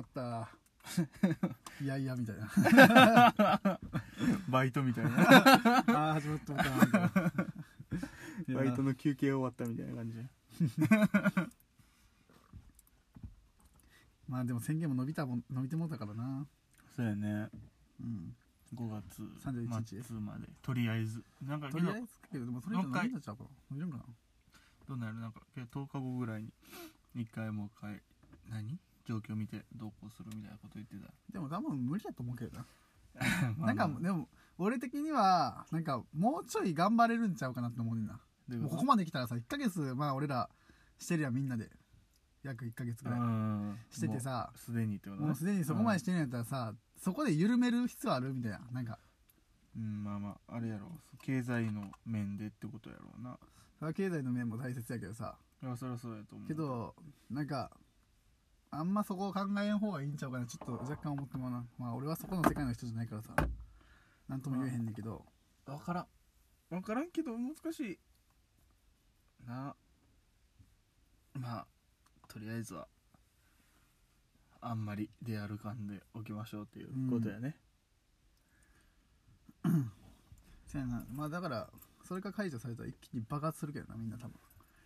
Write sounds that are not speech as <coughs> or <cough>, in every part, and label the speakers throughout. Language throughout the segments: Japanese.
Speaker 1: った。 <laughs> いやいや、みたいな。
Speaker 2: バイトみたい
Speaker 1: <laughs>
Speaker 2: な
Speaker 1: ああ、始まったまたみ <laughs> たいな。いや
Speaker 2: バイトの休憩終わったみたいな感じ
Speaker 1: まあでも宣言も伸びたもん、伸びてもうたからな。
Speaker 2: そうやね
Speaker 1: うん。
Speaker 2: 5月
Speaker 1: 31
Speaker 2: 末までとりあえずなんか
Speaker 1: と
Speaker 2: け
Speaker 1: り
Speaker 2: ど
Speaker 1: あえずけど、でもそれ以上伸びんのちゃうかな。伸びるんかな。
Speaker 2: どうなるなんかけど10日後ぐらいに一回もう一回何状況見てどうこうするみたいなこと言って
Speaker 1: でも多分無理だと思うけどな。
Speaker 2: たまあ
Speaker 1: <laughs> なんか、
Speaker 2: まあ
Speaker 1: でも、俺的には、なんか、もうちょい頑張れるんちゃうかなって思うねんな。
Speaker 2: どういう
Speaker 1: もう
Speaker 2: と
Speaker 1: ここまで来たらさ、1ヶ月、まあ俺ら、してるやん、みんなで。約1ヶ月ぐらい。
Speaker 2: うん
Speaker 1: しててさ
Speaker 2: もうすでにってことね
Speaker 1: もうすでにそこまでしてんのやったらさ、そこで緩める必要あるみたいな。なんか、
Speaker 2: うん、うんまあまああれやろ経済の面でってことやろうな
Speaker 1: それは経済の面も大切やけどさ。
Speaker 2: いやそりゃそうやと思う
Speaker 1: けど、なんか、あんまそこを考えん方がいいんちゃうかな。ちょっと若干思ってもらうな。まあ俺はそこの世界の人じゃないからさ、なんとも言えへんねんけど。
Speaker 2: 分からん分からんけど難しいなまあとりあえずはあんまり出歩かんでおきましょうっていうことやね、
Speaker 1: せやな。まあだから、それが解除されたら一気に爆発するけどな、みんな多分。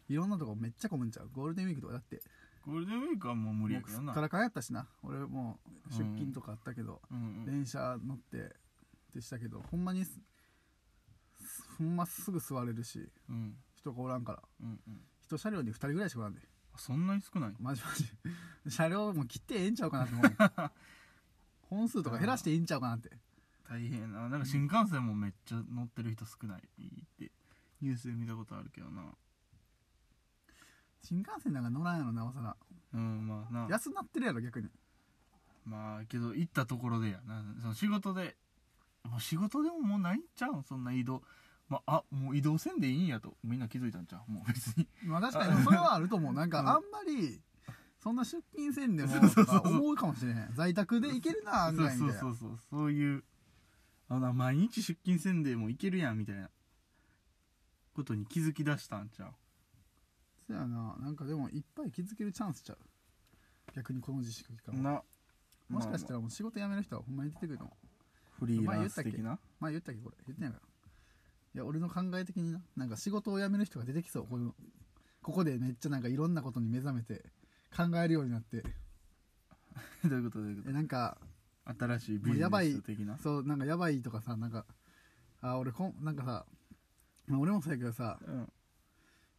Speaker 1: いろんなとこめっちゃ混むんちゃう。ゴールデンウィークとかだって、
Speaker 2: ゴールデンウィークはもう無理
Speaker 1: も
Speaker 2: や
Speaker 1: う
Speaker 2: け
Speaker 1: す
Speaker 2: ど
Speaker 1: っ
Speaker 2: な
Speaker 1: からかんやったしな。俺もう出勤とかあったけど、
Speaker 2: うんうん
Speaker 1: 電車乗ってでしたけどほんまにすすほんますぐ座れるし
Speaker 2: うん
Speaker 1: 人がおらんから
Speaker 2: うんうん
Speaker 1: 一車両に2人ぐらいしかおらんで
Speaker 2: そんなに少ない
Speaker 1: マジマジ <laughs> 車両も切ってええんちゃうかなって思う
Speaker 2: <laughs>
Speaker 1: 本数とか減らしていいんちゃうかなって
Speaker 2: 大変やななんか新幹線もめっちゃ乗ってる人少ないってニュースで見たことあるけどな
Speaker 1: 新幹線なんか乗らんやろなおさら
Speaker 2: うんまあな
Speaker 1: 安なってるやろ逆に
Speaker 2: まあけど行ったところでやなその仕事でもう仕事でももうないんちゃうんそんな移動まああもう移動せんでいいんやとみんな気づいたんちゃうもう別に
Speaker 1: まあ確かにそれはあると思うなんかあ
Speaker 2: うんん
Speaker 1: まりそんな出勤せんでもとか思うかもしれへん在宅で行けるな案
Speaker 2: そう
Speaker 1: 外みたい
Speaker 2: そう
Speaker 1: な
Speaker 2: そうそうそういうあな毎日出勤せんでも行けるやんみたいなことに気づき出したんちゃう
Speaker 1: そやななんかでもいっぱい気づけるチャンスちゃう逆にこの自粛期間は
Speaker 2: な
Speaker 1: もしかした
Speaker 2: ら
Speaker 1: らもう仕事辞める人はほんまに出てくるかも。
Speaker 2: フリーランス的な
Speaker 1: 前言ったっけこれ。言ってないから。いや、俺の考え的にな、なんか仕事を辞める人が出てきそう。このここでめっちゃなんかいろんなことに目覚めて、考えるようになって。
Speaker 2: <laughs> どういうことどういうこ
Speaker 1: えなんか、
Speaker 2: と新しいビジネ
Speaker 1: やばい
Speaker 2: ス的な
Speaker 1: そう、なんかやばいとかさ、なんか、あ、俺こん、なんかさ、まあ俺もそうやけどさ、
Speaker 2: うん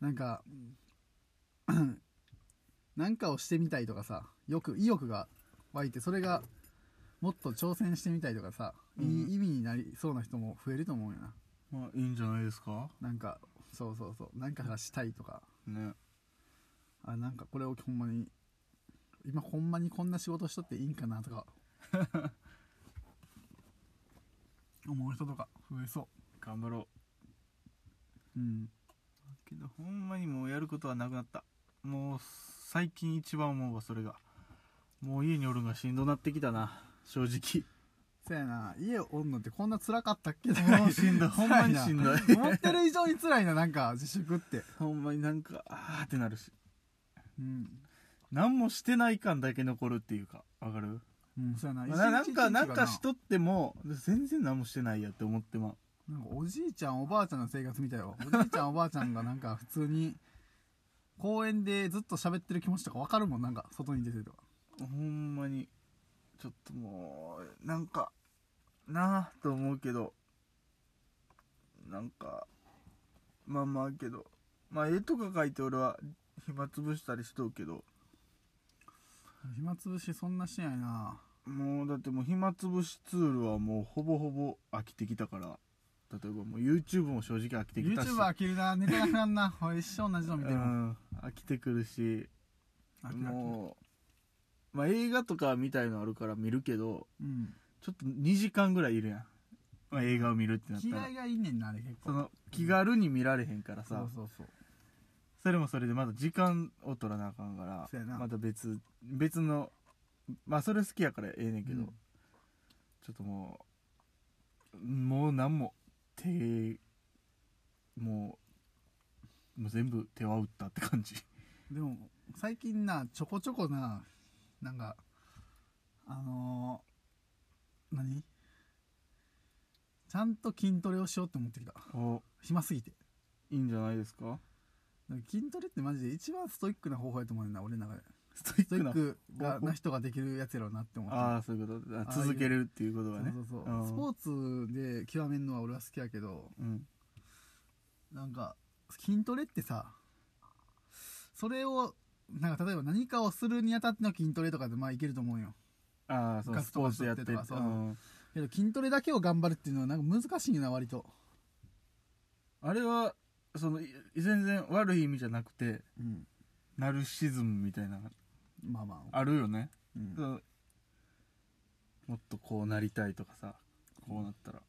Speaker 1: なんか、 <clears throat> なんかをしてみたいとかさ、よく意欲が湧いて、それがもっと挑戦してみたいとかさ、
Speaker 2: うん
Speaker 1: いい意味になりそうな人も増えると思うよな。
Speaker 2: まあいいんじゃないですか
Speaker 1: なんか、そうそうそう、なんかがしたいとか、
Speaker 2: ね
Speaker 1: あ、なんかこれをほんまに、今ほんまにこんな仕事しとっていいんかなとか、 <laughs> 思う人とか増えそ
Speaker 2: 頑張ろ
Speaker 1: う。う
Speaker 2: う
Speaker 1: ん。
Speaker 2: けどほんまにもうやることはなくなったもう最近一番思うわそれがもう家におるんがしんどなってきたな正直
Speaker 1: そやな、家おんのってこんな辛かったっけ
Speaker 2: もうしんど
Speaker 1: <laughs>
Speaker 2: いほんまにし
Speaker 1: 辛い
Speaker 2: んどい
Speaker 1: な思ってる以上に辛いな、なんか自粛って。
Speaker 2: ほんまになんかあーってなるし
Speaker 1: うん。
Speaker 2: 何もしてない感だけ残るっていうかわかる
Speaker 1: うん、そやな。
Speaker 2: なな
Speaker 1: 一日一日
Speaker 2: ん
Speaker 1: が
Speaker 2: かなんかしとっても全然何もしてないやって思ってまう
Speaker 1: なんかおじいちゃんおばあちゃんの生活みたいよおじいちゃんおばあちゃんがなんか普通に公園でずっと喋ってる気持ちとかわかるもんなんか外に出てるとか
Speaker 2: ほんまにちょっともうなんかなあと思うけどなんかまあまあけどまあ絵とか描いて俺は暇つぶしたりしとうけど
Speaker 1: 暇つぶしそんなしてないな
Speaker 2: もうだってもう暇つぶしツールはもうほぼほぼ飽きてきたから例えばもう YouTube も正直飽きてきたし
Speaker 1: YouTube 飽きるなネタなくなんな俺一生同じの見て
Speaker 2: う
Speaker 1: るもん
Speaker 2: ん飽きてくるし
Speaker 1: 飽きる飽きる
Speaker 2: もう、まあ、映画とかみたいのあるから見るけど
Speaker 1: うん
Speaker 2: ちょっと2時間ぐらいいるやん、まあ、映画を見るってなった
Speaker 1: 嫌
Speaker 2: ら
Speaker 1: いがいいねんなあれ結
Speaker 2: そ
Speaker 1: 構
Speaker 2: の気軽に見られへんから
Speaker 1: そ
Speaker 2: さ、
Speaker 1: うそうそう
Speaker 2: それもそれでまだ時間を取らなあかんか
Speaker 1: そう
Speaker 2: ら
Speaker 1: やな
Speaker 2: また別別のまあそれ好きやからええねんけど、
Speaker 1: うん
Speaker 2: ちょっともうもう何も手もうもう全部手は打ったって感じ
Speaker 1: でも最近なちょこちょこななんかあのー何ちゃんと筋トレをしようって思ってきた
Speaker 2: お
Speaker 1: 暇すぎて
Speaker 2: いいんじゃないですか
Speaker 1: なんか筋トレってマジで一番ストイックな方法やと思うねんな俺の中で
Speaker 2: ストイ
Speaker 1: ストイック
Speaker 2: 方
Speaker 1: が
Speaker 2: 法
Speaker 1: な人ができるやつやろうなって思って
Speaker 2: ああそういうことあ
Speaker 1: ああいう
Speaker 2: 続けるっていうことがね
Speaker 1: そうそう
Speaker 2: う
Speaker 1: そうんスポーツで極めるのは俺は好きやけど
Speaker 2: うん
Speaker 1: なんか筋トレってさそれをなんか例えば何かをするにあたっての筋トレとかでまあいけると思うよ
Speaker 2: ああそう
Speaker 1: ガス
Speaker 2: スポ
Speaker 1: とか
Speaker 2: ーツやって
Speaker 1: 取ってとかそう
Speaker 2: うん
Speaker 1: けど筋トレだけを頑張るっていうのはなんか難しいな割と、
Speaker 2: あれはそのい全然悪い意味じゃなくて
Speaker 1: うん、
Speaker 2: ナルシズムみたいなの
Speaker 1: まあまあ、
Speaker 2: あるよね、
Speaker 1: うん
Speaker 2: そうもっとこうなりたいとかさこうなったら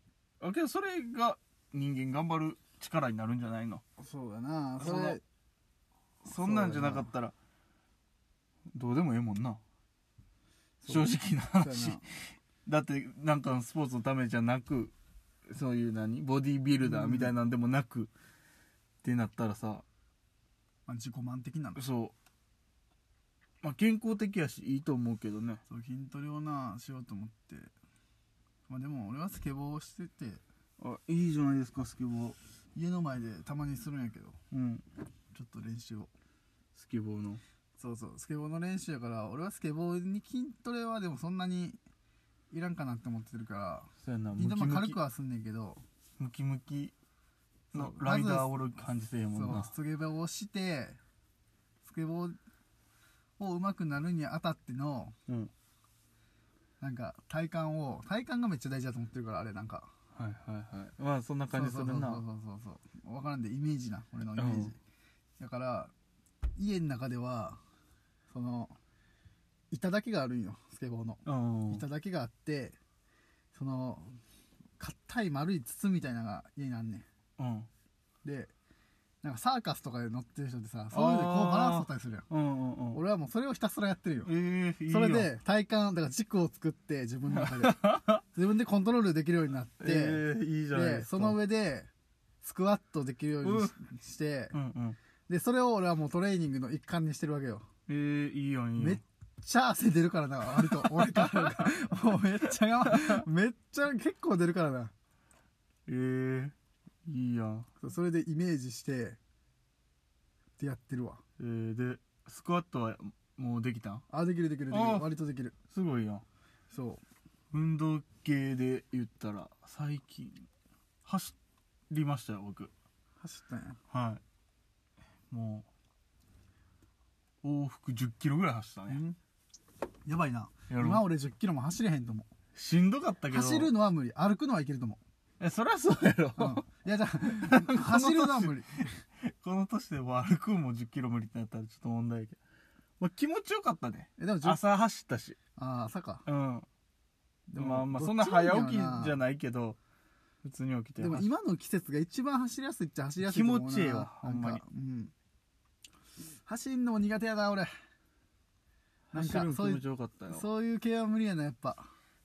Speaker 2: あけどそれが人間頑張る力になるんじゃないの
Speaker 1: そうだなそ
Speaker 2: そ
Speaker 1: れ
Speaker 2: のそんなんじゃなかったらどうでもええもんな
Speaker 1: そ
Speaker 2: 正
Speaker 1: う
Speaker 2: 直な
Speaker 1: そう
Speaker 2: 話
Speaker 1: やな
Speaker 2: だってなんかのスポーツのためじゃなくそういう何ボディービルダーみたいなんでもなく、ってなったらさ
Speaker 1: まあ、自己満的なの
Speaker 2: そうまあ健康的やしいいと思うけどね
Speaker 1: そう筋トレをなしようと思ってまあでも俺はスケボーをしてて
Speaker 2: あいいじゃないですかスケボー
Speaker 1: 家の前でたまにするんやけど
Speaker 2: うん
Speaker 1: ちょっと練習を
Speaker 2: スケボーの
Speaker 1: そうそうスケボーの練習やから俺はスケボーに筋トレはでもそんなにいらんかなって思ってるか
Speaker 2: そうやな
Speaker 1: ら
Speaker 2: ム
Speaker 1: 筋ト
Speaker 2: キ
Speaker 1: レも
Speaker 2: ム
Speaker 1: 軽
Speaker 2: キ
Speaker 1: くはすんねんけど
Speaker 2: ムキムキの
Speaker 1: そう
Speaker 2: ライダー
Speaker 1: ま
Speaker 2: おる感じせえへん
Speaker 1: ず
Speaker 2: もんな
Speaker 1: そうスケボーをしてスケボーを上手くなるにあたっての
Speaker 2: うん
Speaker 1: なんか体幹を体幹がめっちゃ大事だと思ってるからあれなんか
Speaker 2: はいはいはいまあそんな感じする
Speaker 1: そうそう
Speaker 2: な
Speaker 1: そうそうそうそう分からんでイメージな俺のイメージ、
Speaker 2: うん
Speaker 1: だから家の中ではその板だけがあるんよスケボーの
Speaker 2: うん
Speaker 1: 板だけがあってその硬い丸い筒みたいなのが家にあんねん
Speaker 2: うん
Speaker 1: でなんかサーカスとかで乗ってる人ってさそういうのでこうバランス取ったりするやん
Speaker 2: うんうんうん
Speaker 1: 俺はもうそれをひたすらやってるよ
Speaker 2: ええいい
Speaker 1: それ
Speaker 2: やん
Speaker 1: で体幹だから軸を作って自分の
Speaker 2: <laughs>
Speaker 1: 中で自分でコントロールできるようになって、
Speaker 2: ええいいじゃないで
Speaker 1: です
Speaker 2: か
Speaker 1: その上でスクワットできるようにし,、て
Speaker 2: うんうん
Speaker 1: でそれを俺はもうトレーニングの一環にしてるわけよ
Speaker 2: ええいいやんいいや
Speaker 1: めっ
Speaker 2: ん
Speaker 1: ちゃ汗出るからな割と俺からもうめっちゃがめっちゃ結構出るからな
Speaker 2: ええいいやん
Speaker 1: そうそれでイメージしてってやってるわ
Speaker 2: えー、でスクワットはもうできたん
Speaker 1: あできるできるできる
Speaker 2: あ
Speaker 1: 割とできる
Speaker 2: すごいやん
Speaker 1: そ
Speaker 2: 運動系で言ったら最近走りましたよ僕
Speaker 1: う走ったんや
Speaker 2: はいもう往復1 0キロぐらい走ったね
Speaker 1: やばいな
Speaker 2: やろう
Speaker 1: 今俺1 0キロも走れへんと思う
Speaker 2: しんどかったけど
Speaker 1: 走るのは無理歩くのはいけると思
Speaker 2: えそりゃそうやろ、 <laughs>
Speaker 1: う、うんいやじゃあ走るのは無理
Speaker 2: この年でも歩くんも1 0キロ無理ってなったらちょっと問題やけど、まあ、気持ちよかったね
Speaker 1: えでもじゅあ
Speaker 2: 朝走ったし
Speaker 1: あ朝か
Speaker 2: うん
Speaker 1: で
Speaker 2: まあまあ
Speaker 1: どっ
Speaker 2: そんな
Speaker 1: ちもいい
Speaker 2: 早
Speaker 1: よ
Speaker 2: 起きじゃ
Speaker 1: な
Speaker 2: ないけど普通に起きて
Speaker 1: でも
Speaker 2: 走っ
Speaker 1: 今の季節が一番走りやすいっちゃ走りやすいと思うな
Speaker 2: 気持ちええわ
Speaker 1: なんか
Speaker 2: ほんまに
Speaker 1: うん、走んのも苦手やな俺なん
Speaker 2: 走る
Speaker 1: か
Speaker 2: ん気
Speaker 1: そうい
Speaker 2: 持
Speaker 1: う
Speaker 2: ちよかったよ
Speaker 1: そういう系は無理やなやっぱ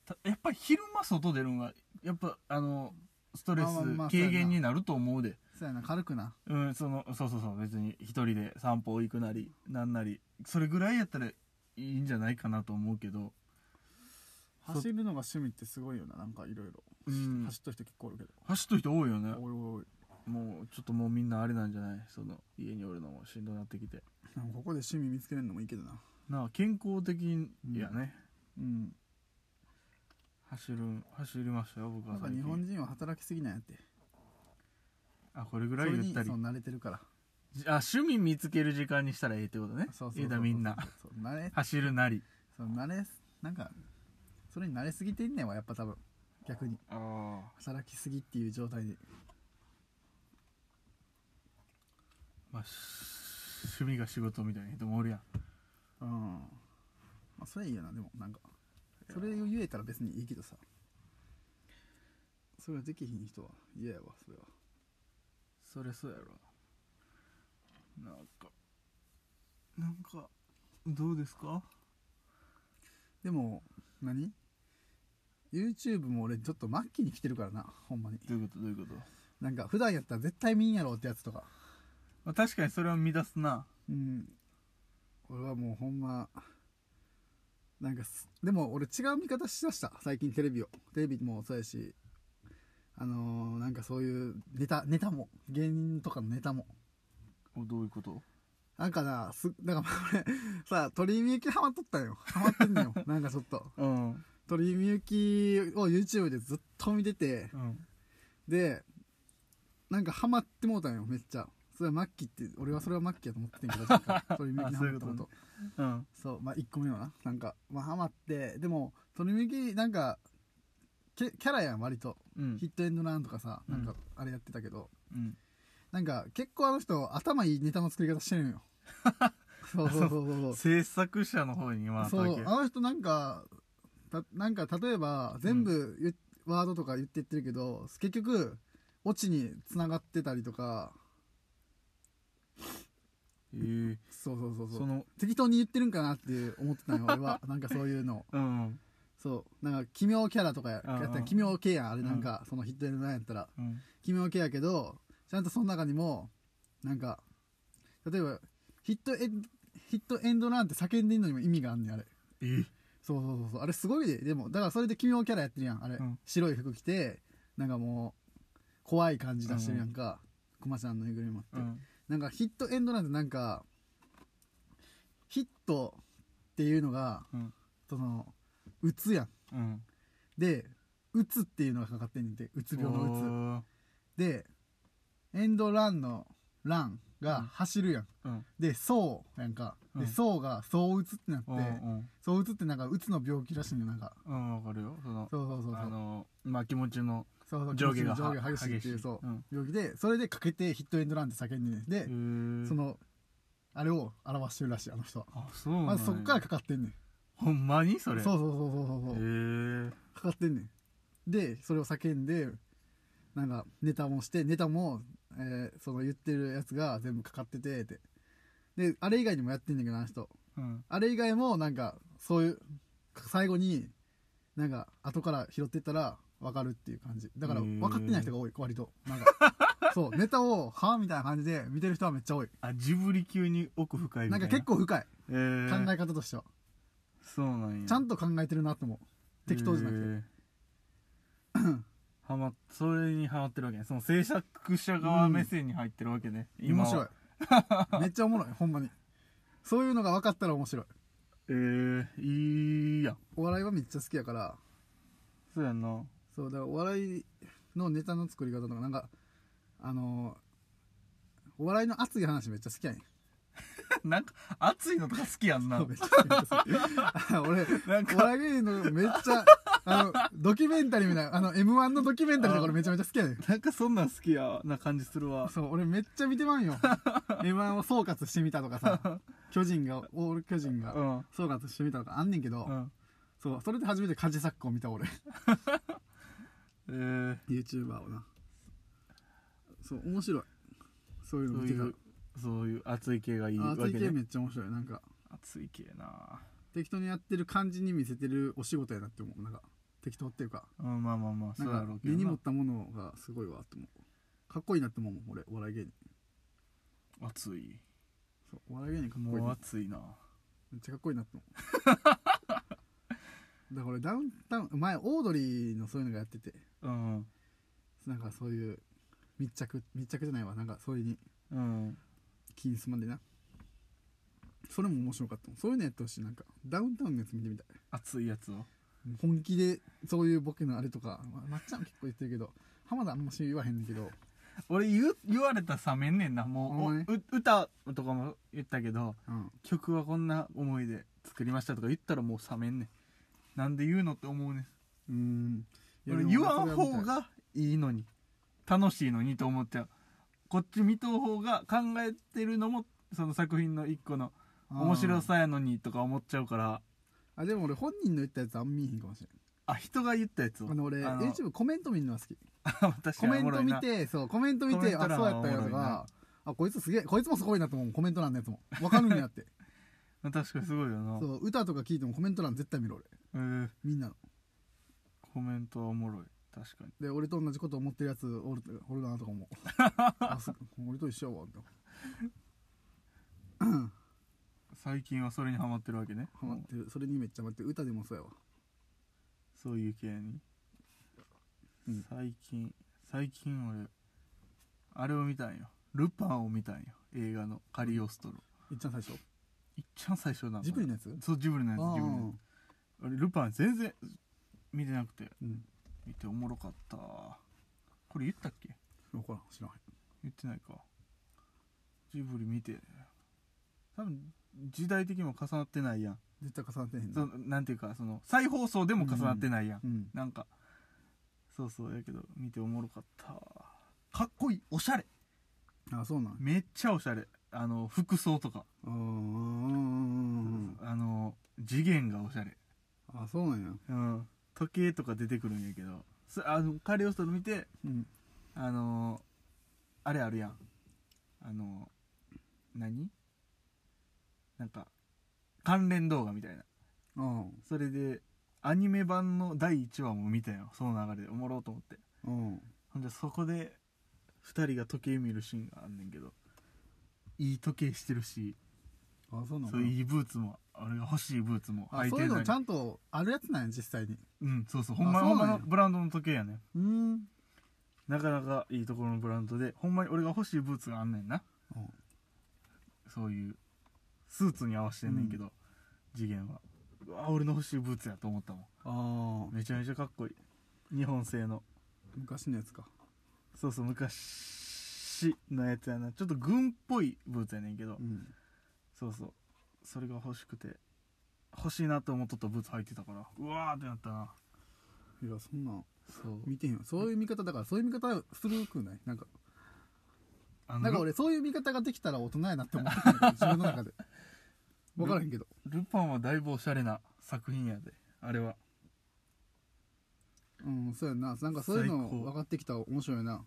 Speaker 2: たやっぱり昼間外出るんはやっぱあのストレス
Speaker 1: まあまあまあ
Speaker 2: 軽減になると思うで
Speaker 1: そうやな軽くな
Speaker 2: うんそのそうそうそう別に一人で散歩行くなりなんなりそれぐらいやったらいいんじゃないかなと思うけどそう
Speaker 1: 走るのが趣味ってすごいよななんかいろいろ
Speaker 2: うん
Speaker 1: 走った人結構おるけど、
Speaker 2: 走っとる人多いよね
Speaker 1: おいおいおい
Speaker 2: もうちょっともうみんなあれなんじゃないその家におるのもしんどなってきて
Speaker 1: なんかここで趣味見つけれるのもいいけどな
Speaker 2: なあ健康的やね、
Speaker 1: うん
Speaker 2: 走るん走りましたよ僕
Speaker 1: な
Speaker 2: は
Speaker 1: んか
Speaker 2: 最近
Speaker 1: 日本人は働きすぎなんやって
Speaker 2: あこれぐ
Speaker 1: そ
Speaker 2: らい
Speaker 1: れ
Speaker 2: ゆっ
Speaker 1: に
Speaker 2: たり
Speaker 1: そう慣れてるから
Speaker 2: あ趣味見つける時間にしたらええってことね
Speaker 1: そうそうそう
Speaker 2: ええだみんな
Speaker 1: そうそう慣れ
Speaker 2: 走るなり
Speaker 1: そう慣れなんかそれに慣れすぎてんねんわやっぱ多分逆に
Speaker 2: ああ
Speaker 1: 働きすぎっていう状態で
Speaker 2: まあ、し趣味が仕事みたいな人もおるやん
Speaker 1: うんまあそれいいよなでもなんかそれを言えたら別にいいけどさそれができひん人は嫌やわそれは
Speaker 2: それそうやろなんかなんかどうですか
Speaker 1: でも何 YouTube も俺ちょっと末期に来てるからなほんまに
Speaker 2: どういうことどういうこと、
Speaker 1: なんか普段やったら絶対見んやろってやつとか
Speaker 2: まあ、確かにそれは乱すな
Speaker 1: うん俺はもうほんまなんかすでも俺違う見方しだした最近テレビをテレビもそうやしあのーなんかそういうネタネタも芸人とかのネタも
Speaker 2: おどういうこと
Speaker 1: なんかなすなんか俺さ鳥居みゆきハマっとったんよハマってんのよなんかちょっと
Speaker 2: うん
Speaker 1: 鳥居みゆきを YouTube でずっと見てて
Speaker 2: うん
Speaker 1: でなんかハマってもうたんよめっちゃそれはマッキーって俺はそれはマッキーやと思ってんけどなん
Speaker 2: <laughs>
Speaker 1: か鳥居みゆきにハマったこ
Speaker 2: あそういうことね
Speaker 1: と
Speaker 2: うん
Speaker 1: そうまあ1個目はななんかまあハマってでも鳥海きなんかキャキャラやん割と、
Speaker 2: うん
Speaker 1: ヒットエンドランとかさ
Speaker 2: う
Speaker 1: なんんかあれやってたけど、
Speaker 2: うん
Speaker 1: なんか結構あの人頭いいネタの作り方してる
Speaker 2: <laughs>
Speaker 1: んよそうそうそうそう
Speaker 2: 制作者の方に回った
Speaker 1: そ
Speaker 2: わ
Speaker 1: う
Speaker 2: け
Speaker 1: あの人なんかたなんか例えば全部言っ、ワードとか言ってってるけど結局オチに繋がってたりとか
Speaker 2: えー
Speaker 1: そうそうそうそ
Speaker 2: そうの
Speaker 1: 適当に言ってるんかなって思ってたんよ俺は <laughs> なんかそういうの
Speaker 2: うん
Speaker 1: そうなんか奇妙キャラとかや
Speaker 2: うんうん
Speaker 1: やったら奇妙系やんあれなんか、そのヒットエンドランやったら
Speaker 2: うん
Speaker 1: 奇妙系やけどちゃんとその中にもなんか例えばヒットエンヒットエンドランって叫んでんのにも意味があんねんあれ
Speaker 2: え
Speaker 1: そうそうそうそうあれすごいででもだからそれで奇妙キャラやってるやんあれ、
Speaker 2: うん
Speaker 1: 白い服着てなんかもう怖い感じ出してるやんか、クマちゃんのぬいぐるみもあ
Speaker 2: う
Speaker 1: って、
Speaker 2: ん
Speaker 1: なんかヒットエンドランってなんかヒットっていうのが
Speaker 2: うん
Speaker 1: その打つやん
Speaker 2: うん
Speaker 1: で打つっていうのがかかってんねんてうつ病のう
Speaker 2: おー
Speaker 1: つでエンドランのランが走るやん、
Speaker 2: うん
Speaker 1: でそうやんか、
Speaker 2: うん
Speaker 1: でそうがそう打つってなって、
Speaker 2: うんうん
Speaker 1: そう打つってなんかうつの病気らしいんよなんか
Speaker 2: うんわかるよその
Speaker 1: そうそうそうそう
Speaker 2: あのまあ気持ちの
Speaker 1: そうそう
Speaker 2: 上下が
Speaker 1: 気持ちの上下激しいっていうそう
Speaker 2: うん
Speaker 1: 病気でそれでかけてヒットエンドランって叫んでね
Speaker 2: へ
Speaker 1: で、
Speaker 2: ー
Speaker 1: そのあれを表してるらしいあの人は
Speaker 2: あそうなんや
Speaker 1: まずそこからかかってんねん
Speaker 2: ほんまにそ
Speaker 1: そう
Speaker 2: れ
Speaker 1: そうそうそうそうそう、
Speaker 2: へー
Speaker 1: かかってんねんでそれを叫んでなんかネタもしてネタも、えーその言ってるやつが全部かかっててってであれ以外にもやってんねんけどあの人
Speaker 2: うん
Speaker 1: あれ以外もなんかそういう最後になんか後から拾ってったら分かるっていう感じだから
Speaker 2: へー
Speaker 1: 分かってない人が多い割となん
Speaker 2: <laughs>
Speaker 1: かそうネタをはあみたいな感じで見てる人はめっちゃ多い
Speaker 2: あジブリ級に奥深いみ
Speaker 1: な
Speaker 2: た
Speaker 1: ん
Speaker 2: い
Speaker 1: か
Speaker 2: な
Speaker 1: 結構深い
Speaker 2: えー
Speaker 1: 考え方としては、
Speaker 2: そうなんや
Speaker 1: ちゃんと考えてるなと思う適当じゃなくて、
Speaker 2: くてはまそれにハマってるわけねその制作者側目線に入ってるわけね、今
Speaker 1: 面
Speaker 2: は
Speaker 1: 白い
Speaker 2: <laughs>
Speaker 1: めっちゃおもろいほんまにそういうのが分かったら面白い
Speaker 2: えー、いいやん
Speaker 1: お笑いはめっちゃ好きやから
Speaker 2: そうやんな <laughs>
Speaker 1: そうだからお笑いのネタの作り方とかなんかあのーお笑いの熱い話めっちゃ好きやねん
Speaker 2: なんか熱いのとか好きやんな
Speaker 1: めっちゃ好きです <laughs> 俺
Speaker 2: なん
Speaker 1: お
Speaker 2: か
Speaker 1: 笑い芸人のめっちゃあのドキュメンタリーみたいなあの m 1のドキュメンタリーとか俺めちゃめちゃ好きやねん
Speaker 2: なんかそんなん好きやな感じするわ
Speaker 1: そう俺めっちゃ見てまんよ m 1を総括してみたとか
Speaker 2: <laughs>
Speaker 1: さ巨人がオール巨人が
Speaker 2: うん
Speaker 1: 総括してみたとかあんねんけど、
Speaker 2: うん
Speaker 1: そうそれで初めて家事作家を見た
Speaker 2: <laughs>
Speaker 1: 俺
Speaker 2: えー、
Speaker 1: YouTuber をなそう面白いそういう
Speaker 2: そ
Speaker 1: の
Speaker 2: う
Speaker 1: 見て
Speaker 2: い
Speaker 1: た
Speaker 2: うそういう熱い系がいい
Speaker 1: あ
Speaker 2: わ
Speaker 1: 熱い
Speaker 2: け
Speaker 1: 系
Speaker 2: ね
Speaker 1: めっちゃ面白いなんか
Speaker 2: 熱い系な
Speaker 1: 適当にやってる感じに見せてるお仕事やなって思うなんか適当っていうか
Speaker 2: うんまあまあまあそ
Speaker 1: なん
Speaker 2: うや
Speaker 1: か
Speaker 2: ろうけ
Speaker 1: 根
Speaker 2: ど
Speaker 1: に
Speaker 2: な
Speaker 1: 持ったものがすごいわって思うかっこいいなって思うもん俺お笑い芸人
Speaker 2: 熱い
Speaker 1: そうお笑い芸人かっこいい
Speaker 2: もう
Speaker 1: な
Speaker 2: 熱いな
Speaker 1: めっちゃかっこいいなって思う <laughs> だから俺ダウンタウン前オードリーのそういうのがやってて
Speaker 2: うん
Speaker 1: なんかそういう密着密着じゃないわなんかそれに
Speaker 2: うん
Speaker 1: 気にすまんでなそれも面白かったもんそういうのやってほしいなんかダウンタウンのやつ見てみたい
Speaker 2: 熱いやつを
Speaker 1: 本気でそういうボケのあれとかままっちゃん結構言ってるけど浜田あんまし言わへんねんけど
Speaker 2: 俺言う言われたら冷めんねんなも
Speaker 1: お
Speaker 2: う
Speaker 1: 前
Speaker 2: おう歌とかも言ったけど
Speaker 1: うん
Speaker 2: 曲はこんな思いで作りましたとか言ったらもう冷めんねんなんで言うのって思うね
Speaker 1: うーんい
Speaker 2: ん
Speaker 1: やで
Speaker 2: 俺
Speaker 1: も
Speaker 2: 言わん
Speaker 1: それは見た
Speaker 2: 方
Speaker 1: い
Speaker 2: がいいのに楽しいのにと思っちゃうこっち見とう方が考えてるのもその作品の一個の面白さやのにとか思っちゃうから
Speaker 1: あでも俺本人の言ったやつあんま見えへんかもしれ
Speaker 2: あ人が言ったやつを
Speaker 1: んあの俺
Speaker 2: あの
Speaker 1: YouTube コメント見るのは好き
Speaker 2: <laughs> 確
Speaker 1: コ
Speaker 2: かに
Speaker 1: メ
Speaker 2: おも
Speaker 1: ン
Speaker 2: ろ
Speaker 1: ト
Speaker 2: い
Speaker 1: 見
Speaker 2: な
Speaker 1: てそうコメント見
Speaker 2: コメン
Speaker 1: て
Speaker 2: ト欄
Speaker 1: あそうやったんや
Speaker 2: はおも
Speaker 1: と
Speaker 2: ろいな
Speaker 1: かあこいつすげえこいつもすごいなと思うコメント欄のやつもわかるんやって
Speaker 2: <laughs> 確かにすごいよな
Speaker 1: そう歌とか聞いてもコメント欄絶対見ろ俺
Speaker 2: えー
Speaker 1: みんなの
Speaker 2: コメントはおもろい確かに
Speaker 1: で俺と同じこと思ってるやつおるおるなとか
Speaker 2: <laughs>
Speaker 1: 思うあそ俺と一緒やわみたいな
Speaker 2: 最近はそれにハマってるわけね
Speaker 1: ハマってるそれにめっちゃ待ってる歌でもそうやわ
Speaker 2: そういう系に、
Speaker 1: うん
Speaker 2: 最近最近俺あれを見たんよルパンを見たんよ映画のカリオストロ
Speaker 1: いっちゃん最初
Speaker 2: いっちゃん最初なの
Speaker 1: ジブリのやつ
Speaker 2: そうジブリのやつ
Speaker 1: あー
Speaker 2: ジブリのやつ俺ルパン全然見てなくて
Speaker 1: うん
Speaker 2: 見ておもろかったこれ言ったっけ
Speaker 1: 分からん知らん
Speaker 2: 言ってないかジブリ見て多分時代的にも重なってないやん、
Speaker 1: 絶対重なってへん
Speaker 2: そ
Speaker 1: な
Speaker 2: のなんていうかその再放送でも重なってないやん、
Speaker 1: うん
Speaker 2: なんかそうそうやけど見ておもろかったかっこいいおしゃれ
Speaker 1: あそうなん
Speaker 2: めっちゃおしゃれあの服装とか、
Speaker 1: うんうんうんうん
Speaker 2: あの次元がおしゃれ
Speaker 1: あそうなんや
Speaker 2: うん時計とか出てくるんやけどそあのカリオストロ見て
Speaker 1: うん
Speaker 2: あのあれあるやんあの何なんか関連動画みたいな
Speaker 1: うん
Speaker 2: それでアニメ版の第1話も見たよその流れでおもろうと思って
Speaker 1: うん
Speaker 2: ほんでそこで2人が時計見るシーンがあんねんけどいい時計してるし、
Speaker 1: あそうなん
Speaker 2: そういいブーツも俺が欲しいブーツも
Speaker 1: あ
Speaker 2: 履い
Speaker 1: そ
Speaker 2: て
Speaker 1: ういう
Speaker 2: る
Speaker 1: のちゃ
Speaker 2: のに
Speaker 1: んとあるやつなんや実際に
Speaker 2: うんそうそうほんま
Speaker 1: あそ
Speaker 2: ほ
Speaker 1: うんなん
Speaker 2: ま
Speaker 1: や
Speaker 2: のブランドの時計やねん
Speaker 1: うんうん
Speaker 2: なかなかいいところのブランドでほんまに俺が欲しいブーツがあんねんなそういうスーツに合わせてんねんけど、次元はうわ俺の欲しいブーツやと思ったも
Speaker 1: あ
Speaker 2: んめちゃめちゃかっこいい日本製の
Speaker 1: 昔のやつか
Speaker 2: そうそう昔のやつやなちょっと軍っぽいブーツやねんけど、
Speaker 1: うん
Speaker 2: そうそうそれが欲しくて欲しいなと思っとったブーツ履いてたからうわーってなったない
Speaker 1: やそんなん
Speaker 2: そう
Speaker 1: 見てへんわそういう見方だからそういう見方するくないなんかな
Speaker 2: あ
Speaker 1: んか
Speaker 2: のル
Speaker 1: 俺そういう見方ができたら大人やなって思ってたん
Speaker 2: <laughs>
Speaker 1: だけど自分の中で分からへんけど
Speaker 2: ルパンはだいぶおしゃれな作品やであれは
Speaker 1: うんそうやんななんかそういうの
Speaker 2: 最高
Speaker 1: 分かってきたら面白いな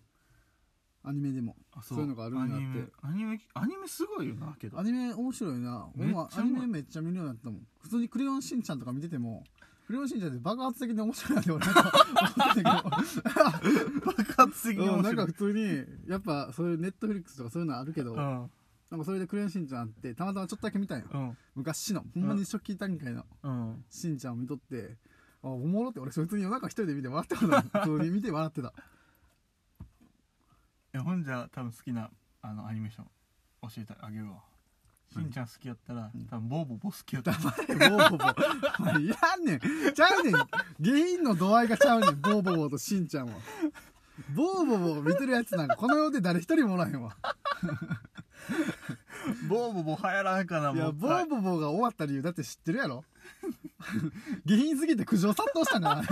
Speaker 1: アニメでも
Speaker 2: あ
Speaker 1: そういうのがあるんやって
Speaker 2: アニメアニメアニメすごいよなけ
Speaker 1: <laughs>
Speaker 2: ど
Speaker 1: アニメ面白いな
Speaker 2: めっ
Speaker 1: 俺
Speaker 2: ち
Speaker 1: も
Speaker 2: ゃ
Speaker 1: アニメめっちゃ見るようになったもん普通に「クレヨンしんちゃん」とか見てても「クレヨンしんちゃん」って爆発的に面白いなって俺なん
Speaker 2: <laughs>
Speaker 1: か思ってたけ
Speaker 2: 爆発的
Speaker 1: ど
Speaker 2: に面
Speaker 1: うん
Speaker 2: 白
Speaker 1: ないんか普通にやっぱそういうネットフリックスとかそういうのあるけど、
Speaker 2: う
Speaker 1: なん
Speaker 2: ん
Speaker 1: かそれで「クレヨンしんちゃん」ってたまたまちょっとだけ見たんよ
Speaker 2: うん
Speaker 1: 昔のほんまに初期段階の
Speaker 2: うん
Speaker 1: しんちゃんを見とってあおもろって俺普通に夜中一人で見て笑ってたの普通に見て笑ってた
Speaker 2: えほんじゃ多分好きなあのアニメーション教えてあげるわし
Speaker 1: 何
Speaker 2: んちゃん好きやったら、
Speaker 1: ん
Speaker 2: 多分ボーボボ好きやった
Speaker 1: <laughs>
Speaker 2: ら
Speaker 1: 黙れボーボボお前いらんねんちゃうねん原因の度合いがちゃうねんボーボボとしんちゃんはボーボボを見てるやつなんかこの世で誰一人もおらへんわ
Speaker 2: ボーボボ流行らんかない
Speaker 1: や
Speaker 2: も
Speaker 1: ボ
Speaker 2: った
Speaker 1: ー
Speaker 2: い
Speaker 1: ボボが終わった理由だって知ってるやろ <laughs> 下品すぎて苦情殺到したな <laughs>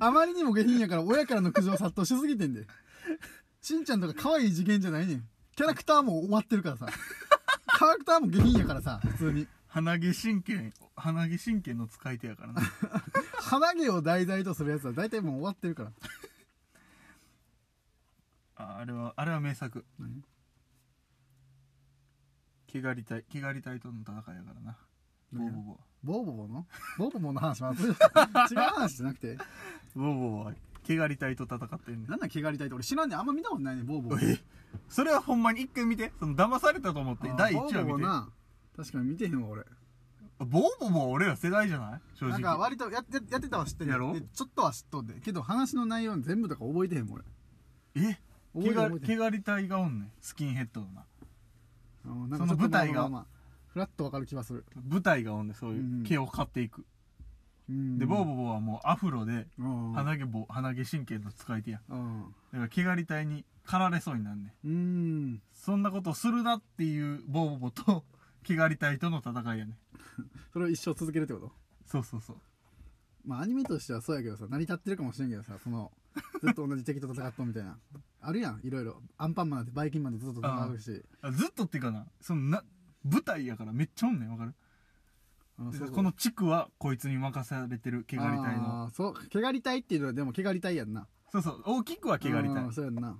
Speaker 1: あまりにも下品やから親からの苦情殺到しすぎてんでしんちゃんとか可愛い次元じゃないねんキャラクターも終わってるからさキャラクターも下品やからさ普通に
Speaker 2: 鼻毛神経鼻毛神経の使い手やか
Speaker 1: <laughs>
Speaker 2: らな
Speaker 1: 鼻毛を題材とするやつは大体もう終わってるから
Speaker 2: ああれはあれは名作
Speaker 1: 何
Speaker 2: 汚りたい汚りたいとの戦いやからなボーボボは
Speaker 1: ボーボボのボーボボの話は違う話じゃなくて
Speaker 2: ボーボボは汚りたいと戦ってんねん
Speaker 1: なんなん汚りたいって俺知らんねんあんま見たことないねんボーボボ
Speaker 2: えそれはほんまに一回見てその騙されたと思って
Speaker 1: あー
Speaker 2: 第1話
Speaker 1: ボーボ
Speaker 2: 見
Speaker 1: ー
Speaker 2: て
Speaker 1: な確かに見てへんわ俺
Speaker 2: ボーボボは俺ら世代じゃない正直
Speaker 1: なんか割とやってやってたは知ってんねん
Speaker 2: やろ
Speaker 1: でちょっとは知っとんでけど話の内容全部とか覚えてへんもん俺
Speaker 2: え
Speaker 1: 覚えてる覚えて
Speaker 2: けがり隊がおんねんスキンヘッドのな
Speaker 1: うんなん
Speaker 2: その舞台
Speaker 1: ま
Speaker 2: が
Speaker 1: あまあまあフラッとわかる気はする
Speaker 2: 舞台がおんねんそう
Speaker 1: うんう
Speaker 2: い
Speaker 1: ん
Speaker 2: う毛を買っていく、
Speaker 1: うん
Speaker 2: でボーボボはもうアフロで
Speaker 1: うん
Speaker 2: 鼻毛ぼ鼻毛神経の使い手やん
Speaker 1: うん
Speaker 2: だからけがり隊に狩られそうになんねん
Speaker 1: うん
Speaker 2: そんなことするなっていうボーボボと <laughs> けがり隊との戦いやねん
Speaker 1: それを一生続けるってこと
Speaker 2: そうそうそう
Speaker 1: まあアニメとしてはそうやけどさ成り立ってるかもしれんけどさそ
Speaker 2: <laughs>
Speaker 1: のずっと同じ敵と戦っとんみたいなあるやんいろいろアンパンマンだってバイキンマンとずっと戦うし
Speaker 2: あずっとっていうかなそのな舞台やからめっちゃおんねんわかる
Speaker 1: うんそうそう
Speaker 2: この地区はこいつに任されてるけがり隊の
Speaker 1: あーそうけがり隊っていうのはでもけがり隊やんな
Speaker 2: そうそう大きくはけがり隊
Speaker 1: うんそうやんな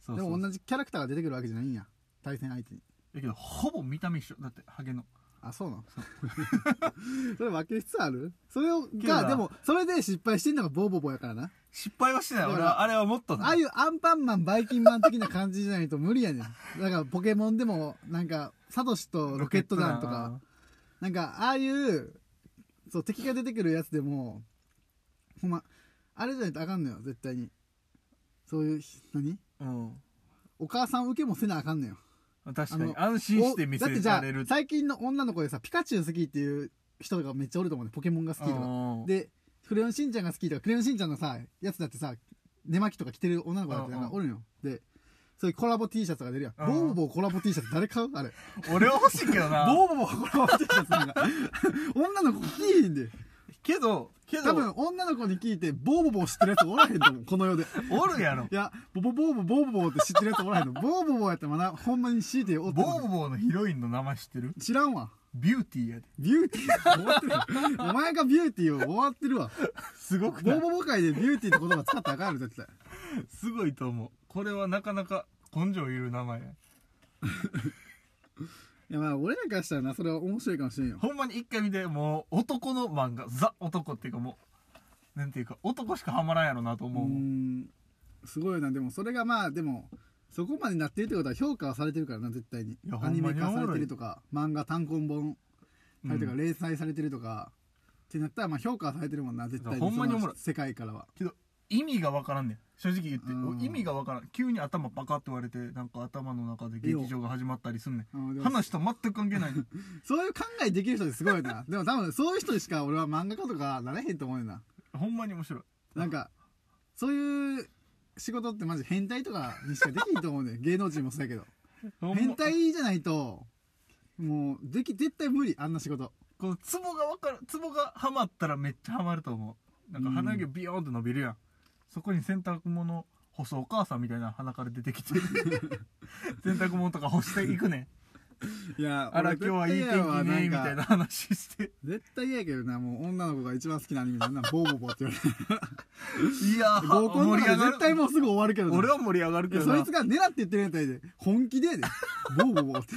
Speaker 2: そうそう
Speaker 1: でも同じキャラクターが出てくるわけじゃないんや対戦相手に
Speaker 2: だけどほぼ見た目一緒だってハゲの
Speaker 1: あそうなの <laughs> それ負ける必要あるそれを
Speaker 2: けど
Speaker 1: が
Speaker 2: な
Speaker 1: でもそれで失敗してんのがボーボーボーやからな
Speaker 2: 失敗はしてな
Speaker 1: だ
Speaker 2: い
Speaker 1: から
Speaker 2: 俺はあれはもっとな
Speaker 1: ああいうアンパンマンバイキンマン的な感じじゃないと無理やねんだからポケモンでもなんかサトシとロケット団とかなんかああいうそう敵が出てくるやつでもほんまあれじゃないとあかんのよ絶対にそういうひ何
Speaker 2: うん
Speaker 1: お母さん受けもせなあかんのよ
Speaker 2: 確かに
Speaker 1: あ
Speaker 2: 安心して見
Speaker 1: おだって
Speaker 2: せ
Speaker 1: じゃ
Speaker 2: ら
Speaker 1: あ
Speaker 2: れる
Speaker 1: 最近の女の子でさピカチュウ好きっていう人がめっちゃおると思うねポケモンが好きとか
Speaker 2: うん
Speaker 1: でクレヨンしんちゃんが好きとかクレヨンしんちゃんのさやつだってさ寝巻きとか着てる女の子だってなんかおるんよでそういうコラボ T シャツとか出るやん
Speaker 2: うん
Speaker 1: ボーボーコラボ T シャツ誰買うあれ
Speaker 2: 俺は欲しい
Speaker 1: <laughs>
Speaker 2: けどな
Speaker 1: ボーボーコラボ T シャツなんか <laughs> 女の子聞いひんで
Speaker 2: けどけ
Speaker 1: 多
Speaker 2: ど
Speaker 1: 分女の子に聞いてボーボーボー知ってるやつおらへんと思うこの世で
Speaker 2: おる
Speaker 1: <laughs>
Speaker 2: やろ
Speaker 1: いやボボボーボーボーボーって知ってるやつおらへんのボーボーボーやったらまだほんまに強いておっても
Speaker 2: ボーボーのヒロインの名前知ってる
Speaker 1: 知らんわ
Speaker 2: ビューティーやで
Speaker 1: ビューティー終わってるよお前がビューティーを終わってるわ
Speaker 2: すごく
Speaker 1: ボ
Speaker 2: な
Speaker 1: ー
Speaker 2: い
Speaker 1: ボボ界でビューティーって言葉使ったらあかんやろ絶対
Speaker 2: すごいと思うこれはなかなか根性いる名前や
Speaker 1: いやまあ俺らからしたらなそれは面白いかもしれんよ
Speaker 2: ほんまに一回見てもう男の漫画ザ男っていうかもうなんていうか男しかハマらんやろなと
Speaker 1: う
Speaker 2: 思うもん
Speaker 1: んすごいよなでもそれがまあでもそこまでなってるってことは評価はされてるからな絶対に
Speaker 2: いや
Speaker 1: アニメ化
Speaker 2: ほんま
Speaker 1: さ
Speaker 2: におもろい
Speaker 1: れてるとか漫画単行本されてるとか、連載されてるとかってなったらまあ評価はされてるもんな絶対
Speaker 2: いやほんまにおもろい
Speaker 1: その世界からは
Speaker 2: 意味がわからんねん正直言って
Speaker 1: うん
Speaker 2: 意味がわからん急に頭パカって割れてなんか頭の中で劇場が始まったりすんね
Speaker 1: あの
Speaker 2: ん
Speaker 1: でも
Speaker 2: 話と全く関係ない <laughs> ねん
Speaker 1: そういう考えできる人ってすごいよな <laughs> でも多分そういう人にしか俺は漫画家とかなれへんと思うよな
Speaker 2: ほんまに面白い
Speaker 1: なんか、そういう仕事ってマジ変態とかにしかできんと思うねん芸能人もそうやけど。
Speaker 2: ほんま
Speaker 1: 変態じゃないと、もう、でき、絶対無理、あんな仕事。
Speaker 2: このツボがわかるツボがハマったらめっちゃハマると思うなんか鼻毛ビヨーンって伸びるやん、そこに洗濯物干すお母さんみたいな鼻から出てき
Speaker 1: <laughs>
Speaker 2: て洗濯物とか干していくねん
Speaker 1: いや
Speaker 2: あら今日はいい天気ねみたいな。話して
Speaker 1: 絶対嫌やけどな、もう女の子が一番好きなアニメ
Speaker 2: <laughs>
Speaker 1: なんなんボーボーボーって言われる。
Speaker 2: いやー
Speaker 1: 合コン
Speaker 2: 盛
Speaker 1: と
Speaker 2: り
Speaker 1: か
Speaker 2: 上
Speaker 1: で
Speaker 2: がる
Speaker 1: 絶対もうすぐ終わるけどな
Speaker 2: 俺は盛り上がる
Speaker 1: い
Speaker 2: け
Speaker 1: や
Speaker 2: ど
Speaker 1: そ
Speaker 2: ない
Speaker 1: つが狙って言ってるやつやで、本気でや
Speaker 2: <laughs>
Speaker 1: で。ボーボーボーって。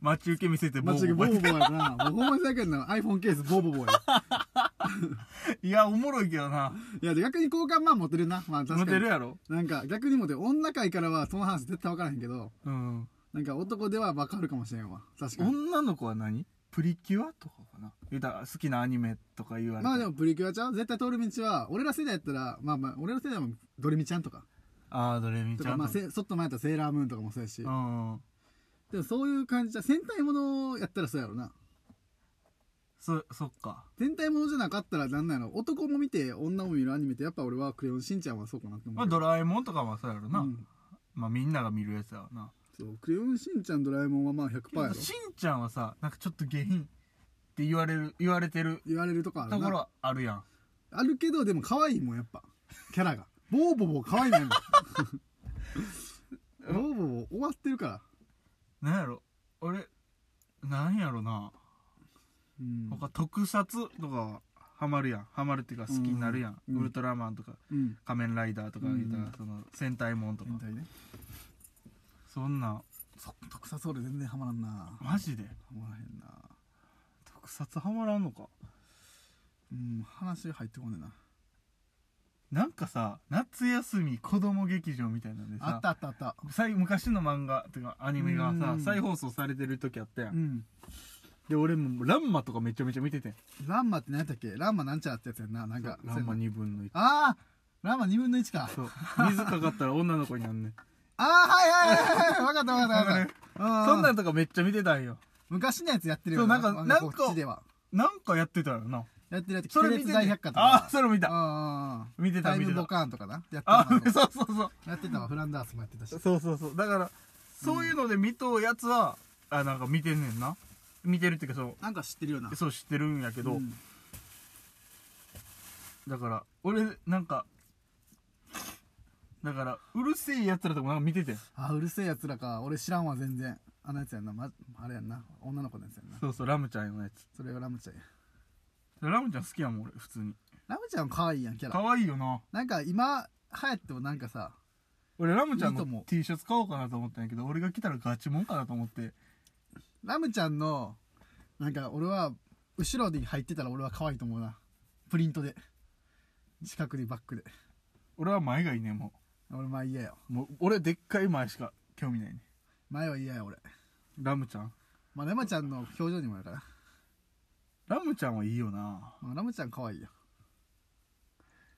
Speaker 2: 待ち受け見せてボ
Speaker 1: マ
Speaker 2: ー
Speaker 1: ジで
Speaker 2: ボ
Speaker 1: ボー
Speaker 2: ーボ
Speaker 1: ボーボーやからな。もうほんまにそうやけどな、iPhone ケースボーボーボーや。
Speaker 2: ーいやおもろいけどない
Speaker 1: や、で逆に好感まあ持てるな。まあ確
Speaker 2: モ
Speaker 1: かに
Speaker 2: テる。やろ
Speaker 1: なんか逆にもで女界からはその話絶対分からへんけど
Speaker 2: うん
Speaker 1: なんか男では分かるかもしれんわ確かに
Speaker 2: 女の子は何プリキュアとかかな言うたら好きなアニメとか言われて
Speaker 1: まあでもプリキュアちゃん絶対通る道は俺ら世代やったらまあまあ俺ら世代もドレミちゃんとか
Speaker 2: ああドレミ
Speaker 1: と
Speaker 2: ちゃ
Speaker 1: か
Speaker 2: ん
Speaker 1: まあ
Speaker 2: とか
Speaker 1: せそっと前やったらセーラームーンとかもそうやし
Speaker 2: うん
Speaker 1: でもそういう感じじゃ戦隊ものやったらそうやろな
Speaker 2: そそっか
Speaker 1: 戦隊ものじゃなかったらなんなんやろ男も見て女も見るアニメってやっぱ俺はクレヨンしんちゃんはそうかなって思
Speaker 2: まあ
Speaker 1: う
Speaker 2: ドラえもんとかはそうやろな、
Speaker 1: うん
Speaker 2: まあみんなが見るやつやろな
Speaker 1: そうクレヨンしんちゃんドラえもんはまあ100%やろ
Speaker 2: しんちゃんはさなんかちょっと下品って言われる言われてる
Speaker 1: 言われるとかあ
Speaker 2: と
Speaker 1: る
Speaker 2: こ
Speaker 1: な
Speaker 2: ろあるやん
Speaker 1: あるけどでも可愛いもんやっぱキャラがボーボーボー可愛いもん
Speaker 2: <laughs>
Speaker 1: ボーボーボー終わってるから、
Speaker 2: なんやろ俺なんやろな
Speaker 1: うん
Speaker 2: 他特撮とかはハマるやんハマるっていうか好きになるやん、
Speaker 1: うん
Speaker 2: ウルトラマンとか
Speaker 1: うん
Speaker 2: 仮面ライダーとか
Speaker 1: うん
Speaker 2: 言うたらその戦隊もんとか、
Speaker 1: 変態ね
Speaker 2: そんなん
Speaker 1: そ特撮俺全然ハマらんなハ
Speaker 2: マジで
Speaker 1: マらへんな
Speaker 2: 特撮ハマらんのか
Speaker 1: うん話入ってこねえな
Speaker 2: なんかさ夏休み子供劇場みたいなんでさ
Speaker 1: あったあったあった
Speaker 2: さい昔の漫画っていうかアニメがさ
Speaker 1: うん
Speaker 2: 再放送されてる時あったやん、
Speaker 1: うん
Speaker 2: で俺もうランマとかめちゃめちゃ見ててん
Speaker 1: ランマって何やったっけランマなんちゃらってやつやんななんか
Speaker 2: ランマ2分の1
Speaker 1: ああランマ2分の1か
Speaker 2: そう水かかったら女の子になん
Speaker 1: <laughs>
Speaker 2: ねん
Speaker 1: ああはいはいはいはい分かった分かった分かった
Speaker 2: そんな
Speaker 1: うん
Speaker 2: とかめっちゃ見てたんよ
Speaker 1: 昔のやつやってるよ
Speaker 2: そうなんか
Speaker 1: なんか
Speaker 2: なんか
Speaker 1: こっちでは
Speaker 2: なんかやってたよな
Speaker 1: やってるやつ
Speaker 2: それ
Speaker 1: 鬼
Speaker 2: 見て
Speaker 1: 滅大
Speaker 2: て
Speaker 1: 百科とか
Speaker 2: ああそれ見た
Speaker 1: ああ
Speaker 2: 見てた
Speaker 1: タイ
Speaker 2: 見
Speaker 1: ム
Speaker 2: てた
Speaker 1: ボカーンとかなやってた
Speaker 2: あ
Speaker 1: な
Speaker 2: <laughs> そうそうそう
Speaker 1: やってたわフランダースもやってたし
Speaker 2: そうそうそうだからそういうので見とうやつは、あなんか見てんねんな見てるっていうかそ
Speaker 1: なんか知ってるような
Speaker 2: うそう知ってるんやけど、
Speaker 1: うん
Speaker 2: だから俺なんかだからうるせえやつらとかなんか見ててん
Speaker 1: あうるせえやつらか俺知らんわ全然あのやつやんな、ま、あれやんな女の子のやつやんな
Speaker 2: そうそうラムちゃんのやつ
Speaker 1: それがラムちゃんや
Speaker 2: ラムちゃん好きやもん俺普通に
Speaker 1: ラムちゃん可愛いやんキャラ
Speaker 2: 可愛いよな
Speaker 1: なんか今流行ってもなんかさ
Speaker 2: 俺ラムちゃん
Speaker 1: いいと思
Speaker 2: の
Speaker 1: う
Speaker 2: T シャツ買おうかなと思ったんやけど俺が来たらガチもんかなと思って
Speaker 1: ラムちゃんのなんか俺は後ろで入ってたら俺は可愛いと思うなプリントで四角でバックで
Speaker 2: 俺は前がいいねも
Speaker 1: 俺前嫌よ
Speaker 2: うもう俺でっかい前しか興味ないね
Speaker 1: 前は嫌よ俺
Speaker 2: ラムちゃん
Speaker 1: まあラムちゃんの表情にもよるから、
Speaker 2: ラムちゃんはいいよな
Speaker 1: まあ、ラムちゃん可愛いよ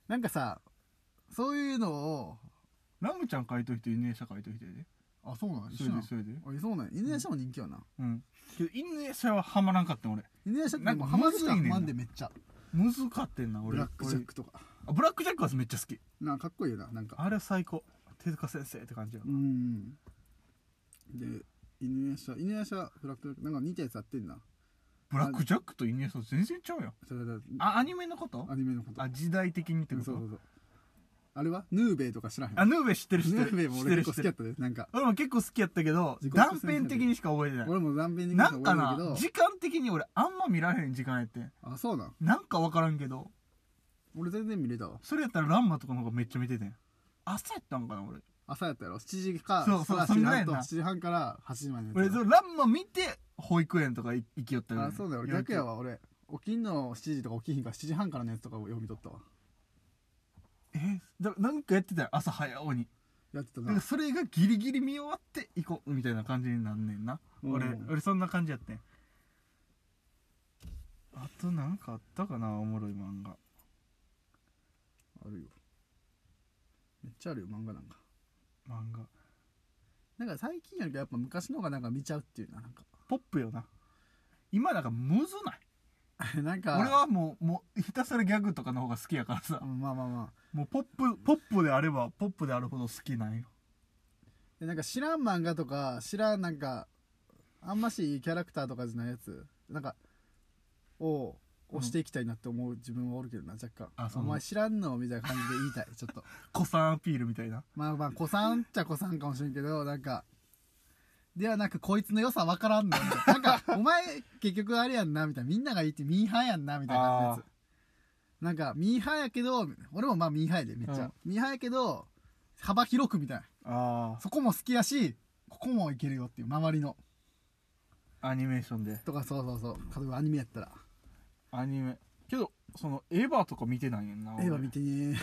Speaker 1: なんかさそういうのを
Speaker 2: ラムちゃん書いといて犬餌書いといてで
Speaker 1: あそうなの
Speaker 2: そ
Speaker 1: 一緒な
Speaker 2: れで
Speaker 1: の
Speaker 2: それで
Speaker 1: あそうなの犬やしも人気よな
Speaker 2: うんけど犬餌はハマらんかったん俺
Speaker 1: 犬やしってで
Speaker 2: なん
Speaker 1: も
Speaker 2: か
Speaker 1: ハマる人は
Speaker 2: むずいねん
Speaker 1: ハマ
Speaker 2: な
Speaker 1: んでめっちゃ
Speaker 2: むずかってんな
Speaker 1: ブ
Speaker 2: 俺
Speaker 1: ラックジャックとか
Speaker 2: 俺あブラックジャックはめっちゃ好き
Speaker 1: なんかかっこいいよななんか
Speaker 2: あれは最高手塚先生って感じやな
Speaker 1: うんで犬やしゃ犬やしゃブラックジャックなんか似たやつやってんな
Speaker 2: ブラックジャックと犬餌全然ちゃうやん
Speaker 1: それだ
Speaker 2: あアニメのこと
Speaker 1: アニメのこと
Speaker 2: あ時代的にって
Speaker 1: そう
Speaker 2: こと
Speaker 1: そうそうあれはヌーベイとか知らへん
Speaker 2: あヌーベ知ってる知って
Speaker 1: ヌ
Speaker 2: る
Speaker 1: ーベイも
Speaker 2: 知っ
Speaker 1: 俺
Speaker 2: てる
Speaker 1: 結
Speaker 2: 知
Speaker 1: 構好きや
Speaker 2: って
Speaker 1: っ
Speaker 2: る
Speaker 1: たでなんか
Speaker 2: 俺も結構好きやったけど
Speaker 1: 自己
Speaker 2: 断
Speaker 1: 説明
Speaker 2: 片的にしか覚えてない
Speaker 1: 俺も断片的に
Speaker 2: なん
Speaker 1: 覚
Speaker 2: か
Speaker 1: え
Speaker 2: な
Speaker 1: てるけ
Speaker 2: 時間的に俺あんま見られへん時間やってん
Speaker 1: どあそうなん
Speaker 2: なんか分からんけど
Speaker 1: 俺全然見れたわ
Speaker 2: それやったらランマとかの方がめっちゃ見ててん朝やったんかな俺
Speaker 1: 朝やったやろ7時か
Speaker 2: そうそう
Speaker 1: ら
Speaker 2: そんぐらい
Speaker 1: 7時
Speaker 2: やな
Speaker 1: 半と7時半から8時までやった
Speaker 2: 俺そのランマ見て保育園とか行きよったよ、
Speaker 1: あそうだよ俺逆やわ俺起きんの7時とか起きひんから7時半からのやつとかを読み取ったわ
Speaker 2: えだなんかやってたよ朝早うに
Speaker 1: やってた
Speaker 2: だから
Speaker 1: な
Speaker 2: それがギリギリ見終わって行こうみたいな感じになんねんな俺
Speaker 1: うん
Speaker 2: 俺そんな感じやってんあとなんかあったかなおもろい漫画
Speaker 1: あるよめっちゃあるよ漫画なんか
Speaker 2: 漫画
Speaker 1: なんか最近よりかやっぱ昔の方がなんか見ちゃうっていうななんか <laughs>
Speaker 2: ポップよな今なんかむずない
Speaker 1: なんか
Speaker 2: 俺はもうもうひたすらギャグとかの方が好きやからさ
Speaker 1: うんまあまあまあ
Speaker 2: もうポップポップであればポップであるほど好きなんよ
Speaker 1: でなんか知らん漫画とか知らんなんかあんましいいキャラクターとかじゃないやつなんかを
Speaker 2: うん
Speaker 1: 押していきたいなって思う自分はおるけどな若干
Speaker 2: あそう
Speaker 1: お前知らんのみたいな感じで言いたいちょっと
Speaker 2: 子さんアピールみたいな
Speaker 1: まあまあ、子さんっちゃ子さんかもしれんけど、なんか、ではなく、こいつの良さわからんの。みたいな
Speaker 2: <laughs>
Speaker 1: なんか、お前、結局あれやんな、みたいな。みんなが言ってミーハーやんな、みたいな感じのやつ。なんか、ミーハーやけど、俺もまあミーハーやで、めっちゃ。ミーハーやけど、幅広くみたい
Speaker 2: あ
Speaker 1: な。そこも好きやし、ここもいけるよっていう、周りの。
Speaker 2: アニメーションで
Speaker 1: とか、そうそうそう。例えばアニメやったら。
Speaker 2: アニメけどそのエヴァとか見てないやんな
Speaker 1: 絵
Speaker 2: 俺
Speaker 1: は見てね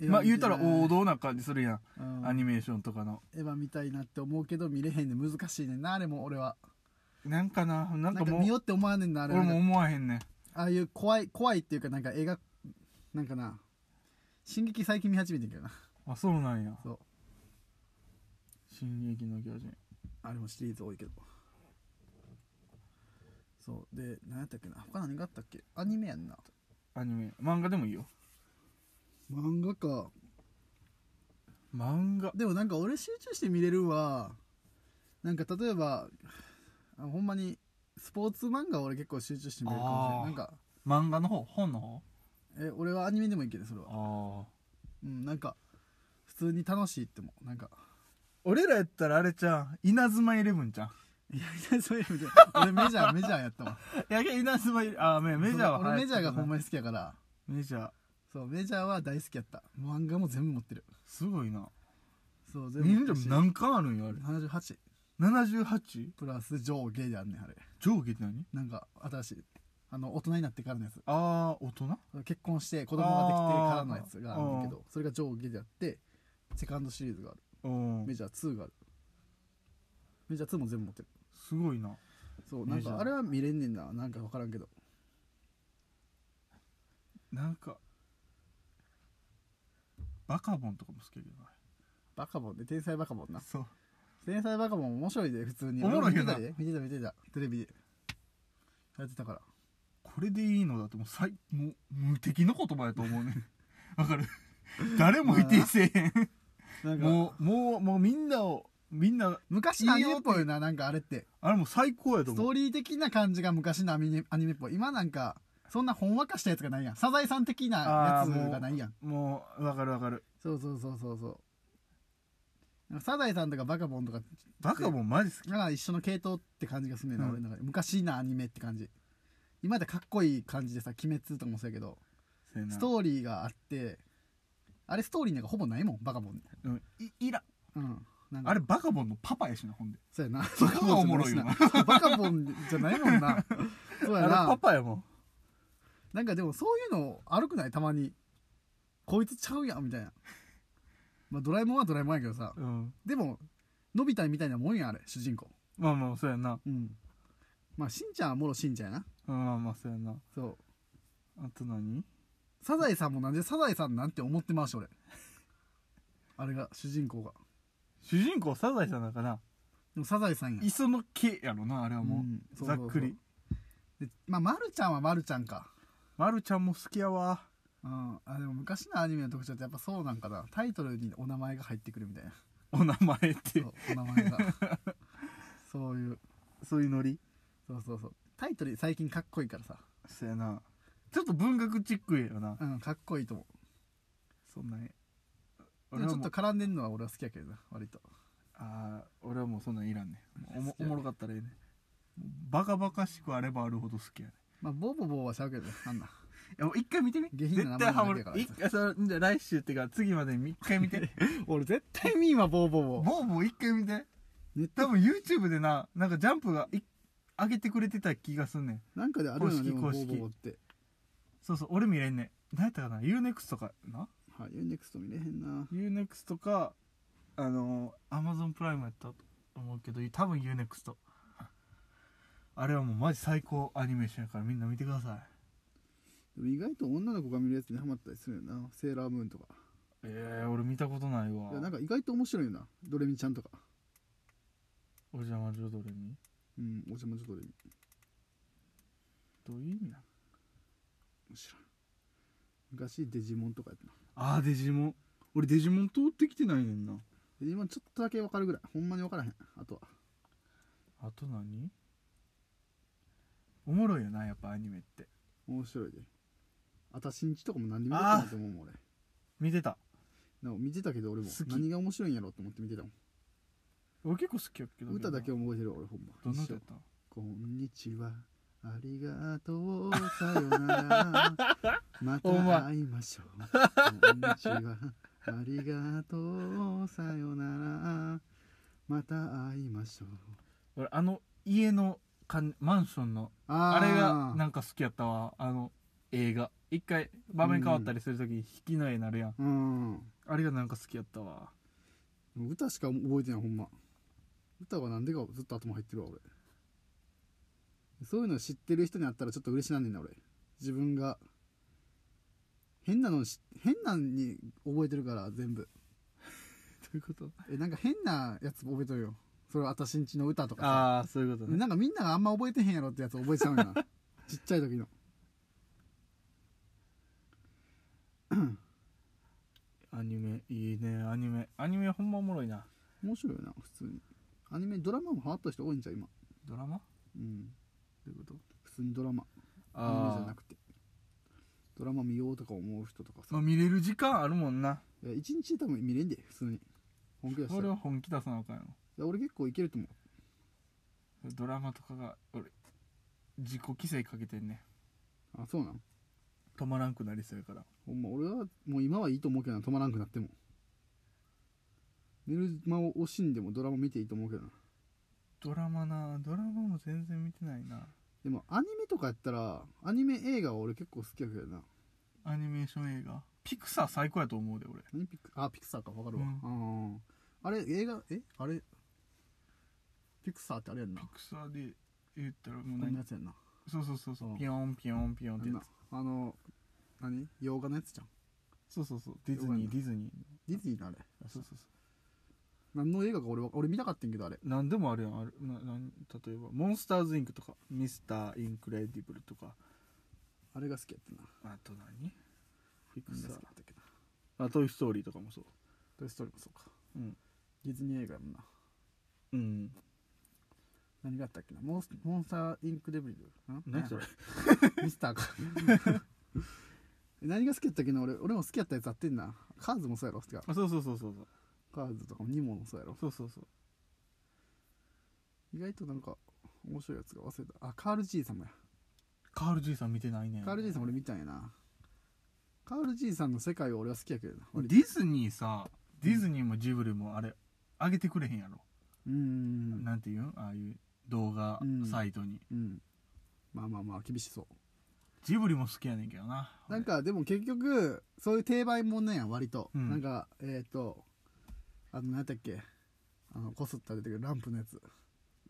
Speaker 1: え。
Speaker 2: <laughs> まあ言うたら
Speaker 1: 道、
Speaker 2: 王道な感じするやん、
Speaker 1: うん
Speaker 2: アニメーションとかの
Speaker 1: 絵は見たいなって思うけど、見れへんで難しいねんな、あれも俺は。
Speaker 2: なんかなな
Speaker 1: なんん
Speaker 2: か
Speaker 1: か
Speaker 2: もう
Speaker 1: 見ようって思わねんな、あれ
Speaker 2: 俺も思わへんねん
Speaker 1: ああいう怖い怖いっていうかなんか映画なんかな進撃最近見始めてんけどな
Speaker 2: あそうなんや
Speaker 1: そう
Speaker 2: 「進撃の巨人
Speaker 1: あれもシリーズ多いけどそうで何やったっけな他何があったっけアニメやんな」
Speaker 2: アニメ漫画でもいいよ
Speaker 1: 漫画か
Speaker 2: 漫画
Speaker 1: でもなんか俺集中して見れるわなんか例えばあほんまにスポーツ漫画は俺結構集中して見れるかもしれな
Speaker 2: あー
Speaker 1: いなんか
Speaker 2: 漫画の方本の方
Speaker 1: え俺はアニメでもいいけどそれは
Speaker 2: ああ
Speaker 1: うんなんか普通に楽しいってもなんか <laughs>
Speaker 2: 俺らやったらあれちゃん稲妻イレブンちゃん
Speaker 1: いやいやそういう意味で俺メジャーメジャーやったわ
Speaker 2: い <laughs> や稲妻イレあメメジャーは
Speaker 1: 俺メジャーがほん
Speaker 2: ま
Speaker 1: まに好きやから
Speaker 2: メジャー
Speaker 1: そうメジャーは大好きやった漫画も全部持ってる
Speaker 2: すごいな
Speaker 1: そう全部持っ
Speaker 2: 忍
Speaker 1: て
Speaker 2: 者
Speaker 1: る
Speaker 2: も
Speaker 1: し
Speaker 2: 何巻あるんよあれ
Speaker 1: 78
Speaker 2: 78?
Speaker 1: プラス上下であんねんあれ
Speaker 2: 上下って何
Speaker 1: なんか新しいあの大人になってからのやつ
Speaker 2: ああ大人
Speaker 1: 結婚して子供ができてからのやつがあ
Speaker 2: あ
Speaker 1: る
Speaker 2: ー
Speaker 1: んだけどそれが上下であってセカンドシリーズがある
Speaker 2: うん
Speaker 1: メジャー2があるメジャー2も全部持ってる
Speaker 2: すごいな
Speaker 1: そうなん
Speaker 2: メジャ
Speaker 1: か
Speaker 2: ー
Speaker 1: あれは見れんねんななんか分からんけど
Speaker 2: なんかバカボンとかも好きやけどな
Speaker 1: バカボンで天才バカボンな
Speaker 2: そう
Speaker 1: 天才バカボン面白いで普通に
Speaker 2: おもろい
Speaker 1: 俺
Speaker 2: よ
Speaker 1: 見て
Speaker 2: な
Speaker 1: たで見てた見てたテレビでやってたから
Speaker 2: これでいいのだってもう最もう無敵の言葉やと思うね <laughs> わかる誰も否定せえ
Speaker 1: な
Speaker 2: へん
Speaker 1: んか
Speaker 2: もうもうもうみんなをみんな
Speaker 1: 昔のアニメっぽいよななんかあれって
Speaker 2: あれもう最高やと
Speaker 1: スト
Speaker 2: 思う
Speaker 1: ーリー的な感じが昔のアニメアニメっぽい今なんかそんなほんわかしたやつがないやんサザエさん的なや
Speaker 2: あーも
Speaker 1: つ
Speaker 2: う
Speaker 1: がないやん
Speaker 2: もうわかるわかる
Speaker 1: そうそうそうそうそうなんかサザエさんとかバカボンとか
Speaker 2: バカボンマジ好き
Speaker 1: なんか一緒の系統って感じがすんねんな、
Speaker 2: うん
Speaker 1: 俺の中で昔なアニメって感じ今でかっこいい感じでさ「鬼滅」とかもそうやけど
Speaker 2: せやな
Speaker 1: ストーリーがあってあれストーリーなんかほぼないもんバカボン
Speaker 2: うんいいらん
Speaker 1: うんなんか
Speaker 3: あれバカボンのパパやしなほんで
Speaker 1: そうやな
Speaker 3: そこがおもろいよな
Speaker 1: バカボンじゃないもんなそう
Speaker 2: あ
Speaker 1: や
Speaker 2: れパ
Speaker 1: な
Speaker 2: パやもん
Speaker 1: なんかでもそういうの悪くないたまにこいつちゃうやんみたいなまあドラえもんはドラえもんやけどさ
Speaker 2: うん
Speaker 1: でものび太みたいなもんやあれ主人公
Speaker 2: まあまあそうやな
Speaker 1: うんまあしんちゃんはもろしんちゃんやな
Speaker 2: うんまあまあそうやな
Speaker 1: そう
Speaker 2: あと何
Speaker 1: サザエさんもなんでサザエさんなんて思ってました俺あれが主人公が
Speaker 2: 主人公サザエさんだから
Speaker 1: でもサザエさんや
Speaker 3: 磯の毛やろなあれはもう、
Speaker 1: んそう
Speaker 2: ざ
Speaker 1: そうそ
Speaker 2: っ
Speaker 1: う
Speaker 2: くり
Speaker 1: でまあ、ま、るちゃんはまるちゃんか
Speaker 2: まるちゃんも好きやわ
Speaker 1: うんあでも昔のアニメの特徴ってやっぱそうなんかなタイトルにお名前が入ってくるみたいな
Speaker 2: お名前っ
Speaker 1: そ
Speaker 2: て
Speaker 1: うお名
Speaker 2: <laughs>
Speaker 1: 前がそういう
Speaker 2: そういうノリ
Speaker 1: そうそうそうタイトル最近かっこいいからさ
Speaker 2: そうやなちょっと文学チックやよな
Speaker 1: うんかっこいいと思
Speaker 2: そんなに
Speaker 1: うで
Speaker 2: 俺
Speaker 1: もちょ
Speaker 2: は
Speaker 1: っ
Speaker 2: も
Speaker 1: と
Speaker 2: う
Speaker 1: 絡んでんのは俺は好きやけどな割と
Speaker 2: ああ俺はもうそんなんいらんねおも
Speaker 1: 好き
Speaker 2: お
Speaker 1: やね
Speaker 2: もろかったらええねもうバカバカしくあればあるほど好きやね
Speaker 1: まあボボボはちゃうけどねあんない
Speaker 2: やもう一回見てみ
Speaker 1: 下品な名
Speaker 2: 絶
Speaker 1: 前
Speaker 2: 対ハ
Speaker 1: な
Speaker 2: マ
Speaker 1: だけ
Speaker 2: る
Speaker 1: やから
Speaker 2: 一回それじゃあ来週っていうか次までに一回見て
Speaker 1: 俺絶対見んわボーボーボ
Speaker 2: もうもう一回見て
Speaker 1: ネッ
Speaker 2: 多分 YouTube でななんかジャンプがい上げてくれてた気がすんねん
Speaker 1: なんかであるよ
Speaker 2: 公
Speaker 1: ね
Speaker 2: 式
Speaker 1: でもボ
Speaker 2: 公
Speaker 1: ー
Speaker 2: 式
Speaker 1: ボーボーって
Speaker 2: そうそう俺見れんねん何やったかな UNEXT とかな
Speaker 1: はいユーネクスト見れへんな
Speaker 2: UNEXT とかあの Amazon プライムやったと思うけど多分 UNEXT あれはもうマジ最高アニメーションやからみんな見てください
Speaker 1: でも意外と女の子が見るやつにハマったりするよなセーラームーンとか
Speaker 2: ええ俺見たことないわ
Speaker 1: いやなんか意外と面白いよなドレミちゃんとか
Speaker 2: お邪魔女どれに
Speaker 1: うんお邪魔女ドレミ
Speaker 2: どういう意味なの
Speaker 1: 面白い昔デジモンとかやったな
Speaker 2: あーデジモン俺デジモン通ってきてないねんな
Speaker 1: デジモンちょっとだけ分かるぐらいほんまに分からへんあとは
Speaker 2: あと何おもろいよなやっぱアニメって
Speaker 1: 面白いであたしんちとかも何で見てたのって思うもん俺
Speaker 2: 見てた
Speaker 1: でも見てたけど俺も
Speaker 2: 好き
Speaker 1: 何が面白いんやろうと思って見てたも
Speaker 2: 俺結構好きやっけど
Speaker 1: ん歌だけ
Speaker 2: ど
Speaker 1: 覚えてるわ俺ほんま
Speaker 2: んな
Speaker 1: 一
Speaker 2: 歌
Speaker 1: 緒
Speaker 2: やった
Speaker 1: こんにちはありがとうさよ
Speaker 2: <laughs>
Speaker 1: ならま
Speaker 2: お前
Speaker 1: た会いましょうこんにちはありがとうさよならまた会いましょう
Speaker 2: 俺あの家のかんマンションの
Speaker 1: あ
Speaker 2: あれが
Speaker 1: が
Speaker 2: なんか好きやったわあの映画一回場面変わったりするとき引きの絵になるやん
Speaker 1: うん
Speaker 2: あれがなんか好きやったわ
Speaker 1: もう歌しか覚えてないほんま歌はなんでかずっと頭入ってるわ俺そういうの知ってる人に会ったらちょっと嬉しなんねんな俺自分が変なのし変なのに覚えてるから全部
Speaker 2: どういうこと
Speaker 1: えなんか変なやつ覚えとるよそれは私んちの歌とかさ
Speaker 2: ああそういうことね
Speaker 1: なんかみんながあんま覚えてへんやろってやつ覚えちゃうんやな <laughs> ちっちゃい時の
Speaker 2: アニメいいねアニメアニメほんまおもろいな
Speaker 1: 面白いよな普通にアニメドラマもハマった人多いんじゃう今
Speaker 2: ドラマ
Speaker 1: うん
Speaker 2: どういうこと
Speaker 1: 普通にドラマアニメじゃ
Speaker 2: あ
Speaker 1: なくてドラマ見ようとか思う人とかさ
Speaker 2: あまあ見れる時間あるもんない
Speaker 1: や一日で多分見れんで普通に本気出した
Speaker 2: そ
Speaker 1: ら
Speaker 2: れ
Speaker 1: い
Speaker 2: は本気出さなあかんや
Speaker 1: や俺結構いけると思
Speaker 2: ろドラマとかが俺自己規制かけてんね
Speaker 1: うあそうなん
Speaker 2: 止まらんくなりそうやから
Speaker 1: ほんま俺はもう今はいいと思うけどな止まらんくなっても寝る間を惜しんでもドラマ見ていいと思うけどな
Speaker 2: ドラマなドラマも全然見てないな
Speaker 1: でもアニメとかやったらアニメ映画は俺結構好きやけどな
Speaker 2: アニメーション映画ピクサー最高やと思うで俺
Speaker 1: 何ピクあピクサーか分かるわ、
Speaker 2: う
Speaker 1: うん、あれ映画えあれピクサーってあれやんな
Speaker 2: ピクサーで言ったらもう
Speaker 1: こんな
Speaker 2: 何
Speaker 1: やつやんな
Speaker 2: そうそうそうそ
Speaker 1: そうう
Speaker 2: ピヨンピヨンピヨン
Speaker 1: あ
Speaker 2: っ
Speaker 1: ん
Speaker 2: てや
Speaker 1: なあの何洋画のやつじゃん
Speaker 2: つそうそうそうディズ
Speaker 1: よかん
Speaker 2: ニ
Speaker 1: な
Speaker 2: ーディズニー
Speaker 1: ディズニーのあれ
Speaker 2: そうそうそ
Speaker 1: 何の映画か俺は俺見たかったんけどあれ
Speaker 2: う何でもあるやんあるななん例えばモンスターズインクとかミスターインクレディブルとか
Speaker 1: あれが好きやったな
Speaker 2: あと何ピク
Speaker 1: みん
Speaker 2: サ
Speaker 1: な好
Speaker 2: ー
Speaker 1: きやったけど
Speaker 2: あトイ・ストーリーとかもそう
Speaker 1: トイ・ストーリーもそうか
Speaker 2: うん
Speaker 1: ディズニー映画やもんな
Speaker 2: うん
Speaker 1: 何があったっけなモンスモンスターインクデブリルん
Speaker 2: 何それ <laughs>
Speaker 1: ミスターか <laughs> 何が好きやったっけな俺俺も好きやったやつあってんなカーズもそうやろてか
Speaker 2: あそうそうそうそうそう
Speaker 1: カーズとかもニモもそうやろ
Speaker 2: そうそうそう
Speaker 1: 意外となんか面白いやつが忘れたあカール爺様や、
Speaker 2: カール爺さん見てないね
Speaker 1: カール爺様俺見たんやなカール爺さんの世界は俺は好きやけどな割と
Speaker 2: ディズニーさディズニーもジブリもあれ上げてくれへんやろ、
Speaker 1: うん
Speaker 2: なんていうんああいう動画
Speaker 1: うん
Speaker 2: サイトに、
Speaker 1: うんまあまあまあ厳しそう
Speaker 2: ジブリも好きやねんけどな
Speaker 1: なんかでも結局そういう定番もんなんや割と、
Speaker 2: うん
Speaker 1: なんかえっ、とあの何やったっけあのこすったら出てくるランプのやつ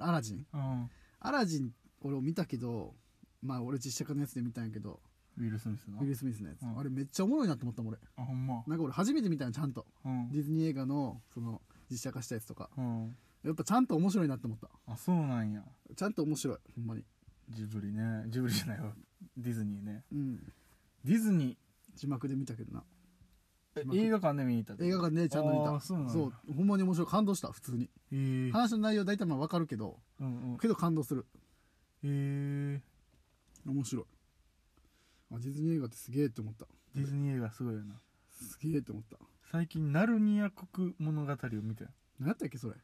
Speaker 1: アラジン
Speaker 2: うん
Speaker 1: アラジン俺見たけどまあ俺実写化のやつで見たんやけど
Speaker 2: ウィル・スミスの
Speaker 1: ウィル・スミスのやつ、
Speaker 2: うん
Speaker 1: あれめっちゃおもろいなと思ったもん俺
Speaker 2: あほんま
Speaker 1: なんか俺初めて見たのちゃんと
Speaker 2: うん、
Speaker 1: ディズニー映画のその実写化したやつとか
Speaker 2: うん、
Speaker 1: やっぱちゃんと面白いなって思った
Speaker 2: あそうなんや
Speaker 1: ちゃんと面白いほんまに
Speaker 2: ジブリねジブリじゃないわディズニーね
Speaker 1: うん
Speaker 2: ディズニ
Speaker 1: 字幕で見たけどな
Speaker 2: ー映画館で見に行ったって
Speaker 1: 映画館ねちゃんと見
Speaker 2: あ
Speaker 1: た
Speaker 2: ーそうなんや
Speaker 1: ほんまに面白い感動した普通に
Speaker 2: えー、
Speaker 1: 話の内容大体まあ分かるけど
Speaker 2: うんうん
Speaker 1: けど感動する
Speaker 2: えー、
Speaker 1: 面白いあディズニー映画ってすげえって思った
Speaker 2: ディズニー映画すごいよな
Speaker 1: すげえって思った
Speaker 2: 最近ナルニア国物語を見たよ
Speaker 1: 何やったっけそれ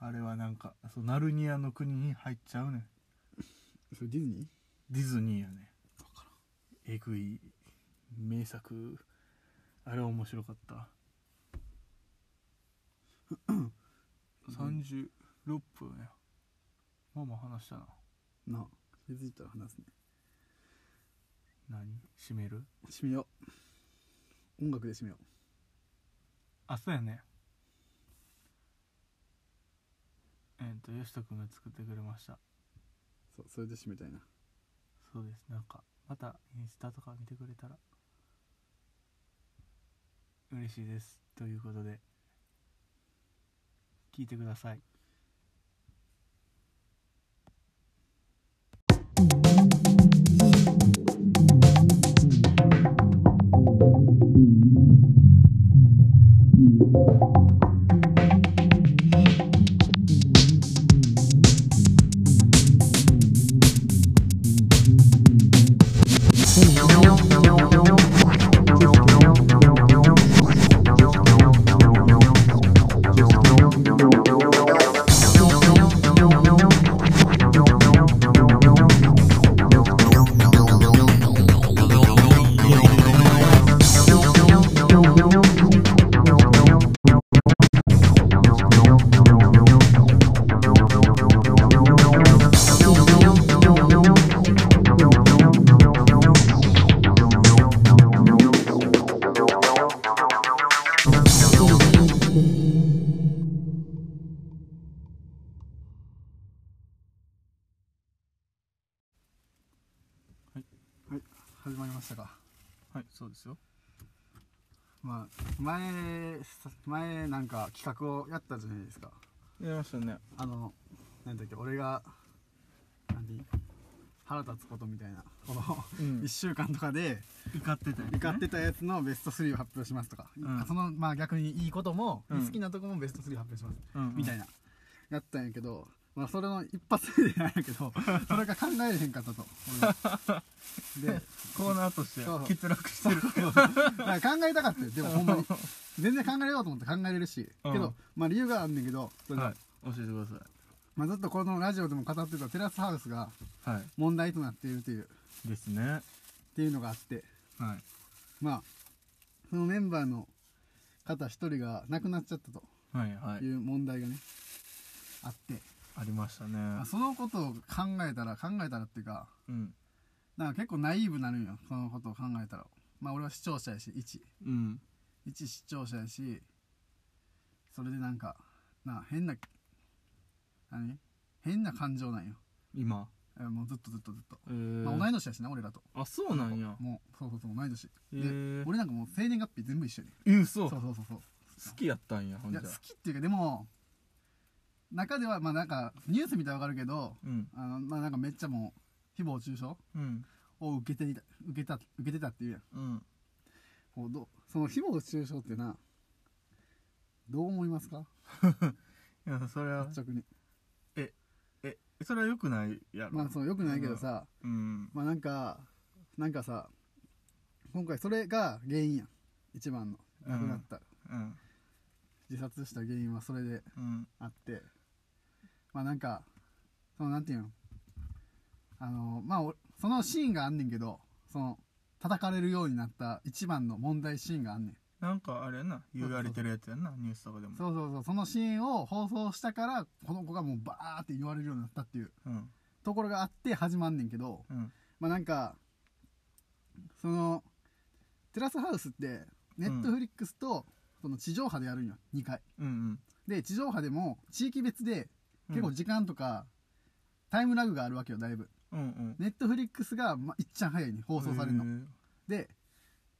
Speaker 2: あれはなんかそうナルニアの国に入っちゃうねん
Speaker 1: それディズニー
Speaker 2: ディズニーやねえぐい名作あれは面白か <coughs> った36分やまあまあ話したな
Speaker 1: なあ気づいたら話すね
Speaker 2: 何閉める
Speaker 1: 締めよう音楽で締めよ
Speaker 2: あそうやねえっ、とよしとくんが作ってくれました
Speaker 1: うそうそれで締めたいな
Speaker 2: そうですなんかまたインスタとか見てくれたら嬉しいですということで聞いてください
Speaker 1: 始まりましたか
Speaker 2: はいそうですよ
Speaker 1: まあ前さ前なんか企画をやったじゃないですか
Speaker 4: やりましたね
Speaker 1: あのなんだっけ俺が何腹立つことみたいなこの
Speaker 4: うん
Speaker 1: 1週間とかで
Speaker 2: 怒ってたよ、ね、
Speaker 1: 怒ってたやつのベスト3を発表しますとか、
Speaker 2: うん
Speaker 1: そのまあ逆にいいことも、
Speaker 2: うん
Speaker 1: 好きなとこもベスト3を発表します、
Speaker 2: うんうん
Speaker 1: みたいなやったんやけど、まあ、それの一発目でなんやけど
Speaker 2: <laughs>
Speaker 1: それが考えれへんかったと俺はで
Speaker 2: コーナーとして
Speaker 1: そう
Speaker 2: 欠落してる
Speaker 1: <laughs> なんか考えたかったよでもほんまに全然考えようと思って考えれるし、
Speaker 2: うん
Speaker 1: けどまあ理由があんねんけどそれが
Speaker 2: はい教えてくださ
Speaker 1: まあ、ずっとこのラジオでも語ってたテラスハウスが
Speaker 2: いは
Speaker 1: 問題となっているという
Speaker 2: いですね
Speaker 1: っていうのがあって
Speaker 2: はい
Speaker 1: まあそのメンバーの方一人が亡くなっちゃったと
Speaker 2: はいはい
Speaker 1: いう問題がね、あって、
Speaker 2: ありましたね
Speaker 1: まあそのことを考えたら考えたらっていうか
Speaker 2: うん
Speaker 1: なんか結構ナイーブなるんよそのことを考えたらまあ俺は視聴者やし一
Speaker 2: うん
Speaker 1: 一視聴者やしそれでなんかなあ変な何変な感情なんよ
Speaker 2: 今
Speaker 1: えもうずっとずっとずっと、
Speaker 2: えー
Speaker 1: まあ、同い年やしな俺らと
Speaker 2: あそうなんや
Speaker 1: もうそうそうそう同い年
Speaker 2: え
Speaker 1: で
Speaker 2: ー、
Speaker 1: 俺なんかもう生年月日全部一緒に
Speaker 2: え嘘
Speaker 1: そう
Speaker 2: 好
Speaker 1: そうそうそう
Speaker 2: きやったんやほん
Speaker 1: い
Speaker 2: じ
Speaker 1: や
Speaker 2: ゃ
Speaker 1: 好きっていうかでも中ではまあなんかニュース見たらわかるけど
Speaker 2: うん
Speaker 1: あのまあなんかめっちゃもう誹謗中傷
Speaker 2: うん
Speaker 1: を受けていた受けた受けてたっていうやん
Speaker 2: うん
Speaker 1: こうどうその誹謗中傷ってなどう思いますか
Speaker 2: いやそれは
Speaker 1: 率直に
Speaker 2: えそれはよくないやろ
Speaker 1: まあそうよくないけどさ
Speaker 2: うん
Speaker 1: まあなんかなんかさ今回それが原因やん一番の
Speaker 2: うん
Speaker 1: 亡くなった、
Speaker 2: うん
Speaker 1: 自殺した原因はそれで
Speaker 2: うん
Speaker 1: あってまあなんかそのなんていうのあのまあおそのシーンがあんねんけどその叩かれるようになった一番の問題シーンがあんねん
Speaker 2: なんかあれやな言われてるやつやんなニュースとかでも
Speaker 1: そうそうそうそのシーンを放送したからこの子がもうバーって言われるようになったっていう
Speaker 2: うん
Speaker 1: ところがあって始まんねんけど
Speaker 2: うん
Speaker 1: まあなんかそのテラスハウスってネットフリックスとその地上波でやるんよ2回
Speaker 2: うん
Speaker 1: で地上波でも地域別で
Speaker 2: うん
Speaker 1: 結構時間とかタイムラグがあるわけよだいぶ
Speaker 2: うんうん
Speaker 1: ネットフリックスが、まあ、いっちゃん早いね放送されるの、
Speaker 2: へー
Speaker 1: で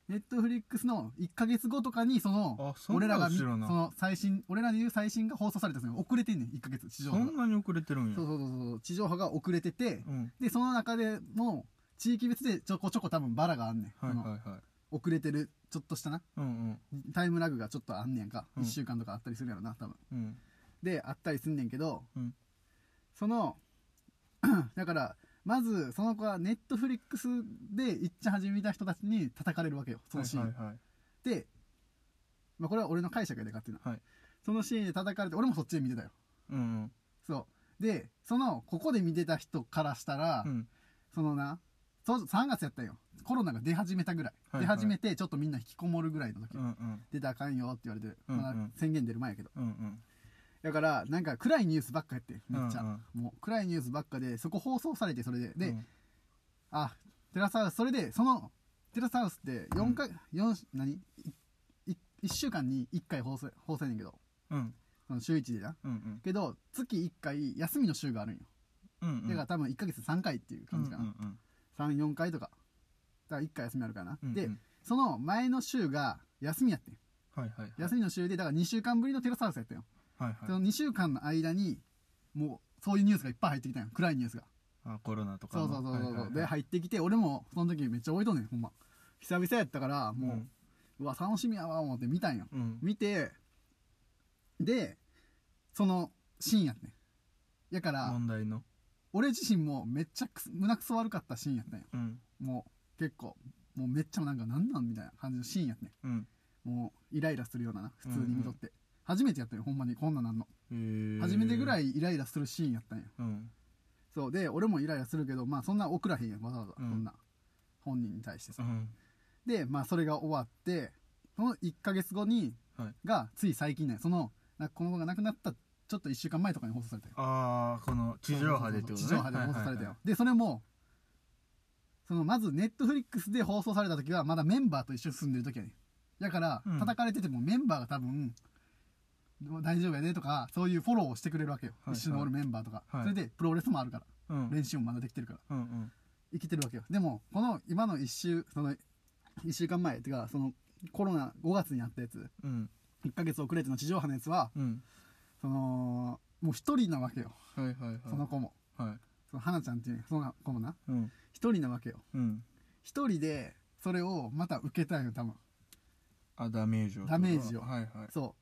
Speaker 1: ネットフリックスの1ヶ月後とかにその
Speaker 2: あそんな
Speaker 1: 俺らが
Speaker 2: ん
Speaker 1: 見
Speaker 2: 知
Speaker 1: そ
Speaker 2: らない
Speaker 1: の最新俺らで言う最新が放送されたんですよ遅れてんねん1ヶ月地上
Speaker 2: そ
Speaker 1: 波が
Speaker 2: んなに遅れてるんや
Speaker 1: そうそうそうそう地上波が遅れてて、
Speaker 2: うん
Speaker 1: でその中でも地域別でちょこちょこ多分バラがあんねん、
Speaker 2: はい
Speaker 1: その
Speaker 2: はいはい
Speaker 1: 遅れてるちょっとしたな
Speaker 2: うん
Speaker 1: タイムラグがちょっとあんねやんか、
Speaker 2: うん
Speaker 1: 1週間とかあったりするやろな多分
Speaker 2: うんうん
Speaker 1: であったりすんねんけど、
Speaker 2: うん
Speaker 1: その <clears throat> だからまずその子はネットフリックスでいっちゃん始めた人たちに叩かれるわけよそのシーン、
Speaker 2: はいはいはい
Speaker 1: で、まあ、これは俺の解釈やで勝手な、
Speaker 2: はい
Speaker 1: そのシーンで叩かれて俺もそっちで見てたよ
Speaker 2: うん
Speaker 1: そうでそのここで見てた人からしたら、
Speaker 2: うんうん
Speaker 1: そのなそ3月やったんよコロナが出始めたぐらい、
Speaker 2: はいはい
Speaker 1: 出始めてちょっとみんな引きこもるぐらいの時、
Speaker 2: うんうん
Speaker 1: 出たらあかんよって言われて、
Speaker 2: うんうん
Speaker 1: まだ宣言出る前やけど
Speaker 2: うんうん
Speaker 1: だからなんか暗いニュースばっかやってめっちゃ、
Speaker 2: うん
Speaker 1: もう暗いニュースばっかでそこ放送されてそれでで、
Speaker 2: うん
Speaker 1: あテラスハウスそれでそのテラスハウスって4回、四何1週間に1回放送放送やねんけど
Speaker 2: うん
Speaker 1: その週1でな
Speaker 2: うん
Speaker 1: けど月1回休みの週があるんよ
Speaker 2: うんうん
Speaker 1: だから多分1ヶ月3回っていう感じかな、
Speaker 2: うんうん
Speaker 1: 34回とかだから1回休みあるからな、
Speaker 2: うん
Speaker 1: で
Speaker 2: うん
Speaker 1: その前の週が休みやってん
Speaker 2: はいはいはい
Speaker 1: 休みの週でだから2週間ぶりのテラスハウスやったよ、
Speaker 2: はい
Speaker 1: そ
Speaker 2: はい
Speaker 1: の2週間の間にもうそういうニュースがいっぱい入ってきたんよ暗いニュースが
Speaker 2: あコロナとか
Speaker 1: そ
Speaker 2: の
Speaker 1: うそうそうそう、
Speaker 2: はいはいはい
Speaker 1: で入ってきて俺もその時めっちゃ置いとんねんほんま久々やったからもう、
Speaker 2: うん
Speaker 1: うわ楽しみやわ思って見たんよ
Speaker 2: うん
Speaker 1: 見てでそのシーンやってんやから、
Speaker 2: 問題の
Speaker 1: 俺自身もめっちゃくす胸くそ悪かったシーンやったんよ
Speaker 2: うん
Speaker 1: もう結構もうめっちゃなんかなんなんみたいな感じのシーンやってん
Speaker 2: うん
Speaker 1: もうイライラするようなな普通
Speaker 2: うんう
Speaker 1: に
Speaker 2: ん
Speaker 1: 見とって、初めてやったんよほんまにこんなんなんの
Speaker 2: へー
Speaker 1: 初めてぐらいイライラするシーンやったんよ
Speaker 2: うん
Speaker 1: そうで俺もイライラするけどまあそんな送らへんやんわざわざそ
Speaker 2: うん
Speaker 1: んな、本人に対して
Speaker 2: う
Speaker 1: さ
Speaker 2: ん
Speaker 1: でまあそれが終わってその1ヶ月後に、
Speaker 2: はい
Speaker 1: がつい最近ねそのなこの子が亡くなったちょっと1週間前とかに放送されたよ
Speaker 2: ああこの地上波でってことね
Speaker 1: そうそうそう地上波で放送されたよ、
Speaker 2: はいはいはい
Speaker 1: でそれもそのまずネットフリックスで放送された時はまだメンバーと一緒に住んでる時やねんだから、
Speaker 2: うん
Speaker 1: 叩かれててもメンバーが多分でも大丈夫やでとかそういうフォローをしてくれるわけよ、
Speaker 2: はいはい
Speaker 1: 一緒におるメンバーとか、
Speaker 2: はい
Speaker 1: それでプロレスもあるから
Speaker 2: うん
Speaker 1: 練習もまだできてるから
Speaker 2: うんうん
Speaker 1: 生きてるわけよでもこの今の1週その1週間前っていうかそのコロナ5月にあったやつ
Speaker 2: うん
Speaker 1: 1ヶ月遅れての地上波のやつは
Speaker 2: うん
Speaker 1: そのもう一人なわけよ
Speaker 2: はいはいはい
Speaker 1: その子も、
Speaker 2: はい
Speaker 1: その花ちゃんっていうその子もな
Speaker 2: うん
Speaker 1: 一人なわけよ
Speaker 2: うん
Speaker 1: 一人でそれをまた受けたいの多分
Speaker 2: あダメージを
Speaker 1: ダメージを
Speaker 2: はいはい
Speaker 1: そ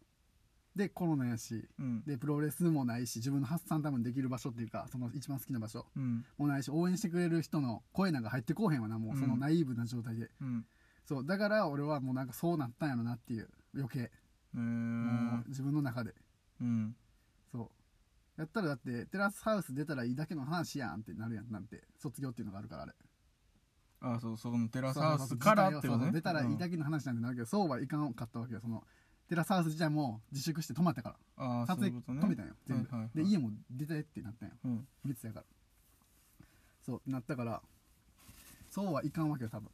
Speaker 1: うでコロナやし
Speaker 2: うん
Speaker 1: でプロレスもないし自分の発散多分できる場所っていうかその一番好きな場所
Speaker 2: うん
Speaker 1: もないし応援してくれる人の声なんか入ってこうへんわなもうその
Speaker 2: うん
Speaker 1: ナイーブな状態で、
Speaker 2: うん
Speaker 1: そうだから俺はもうなんかそうなったんやろなっていう余計、
Speaker 2: う
Speaker 1: も
Speaker 2: ー
Speaker 1: うん自分の中で
Speaker 2: うん
Speaker 1: そうやったらだってテラスハウス出たらいいだけの話やんってなるやんなんて卒業っていうのがあるからあれ
Speaker 2: あそうそこのテラスハウスからってこと
Speaker 1: そうそうそう
Speaker 2: ね
Speaker 1: 出たらいいだ
Speaker 2: け
Speaker 1: けの話なんてなるけど、そうはいかんかったわけよそのテラスハウス自体も自粛して止まったから
Speaker 2: ああ
Speaker 1: 撮
Speaker 2: そうい
Speaker 1: 影
Speaker 2: うことね
Speaker 1: 止めたんよ全部、
Speaker 2: はいはいはい
Speaker 1: で家も出てってなったんよ
Speaker 2: うん
Speaker 1: 秘密やからそうなったからそうはいかんわけよ多分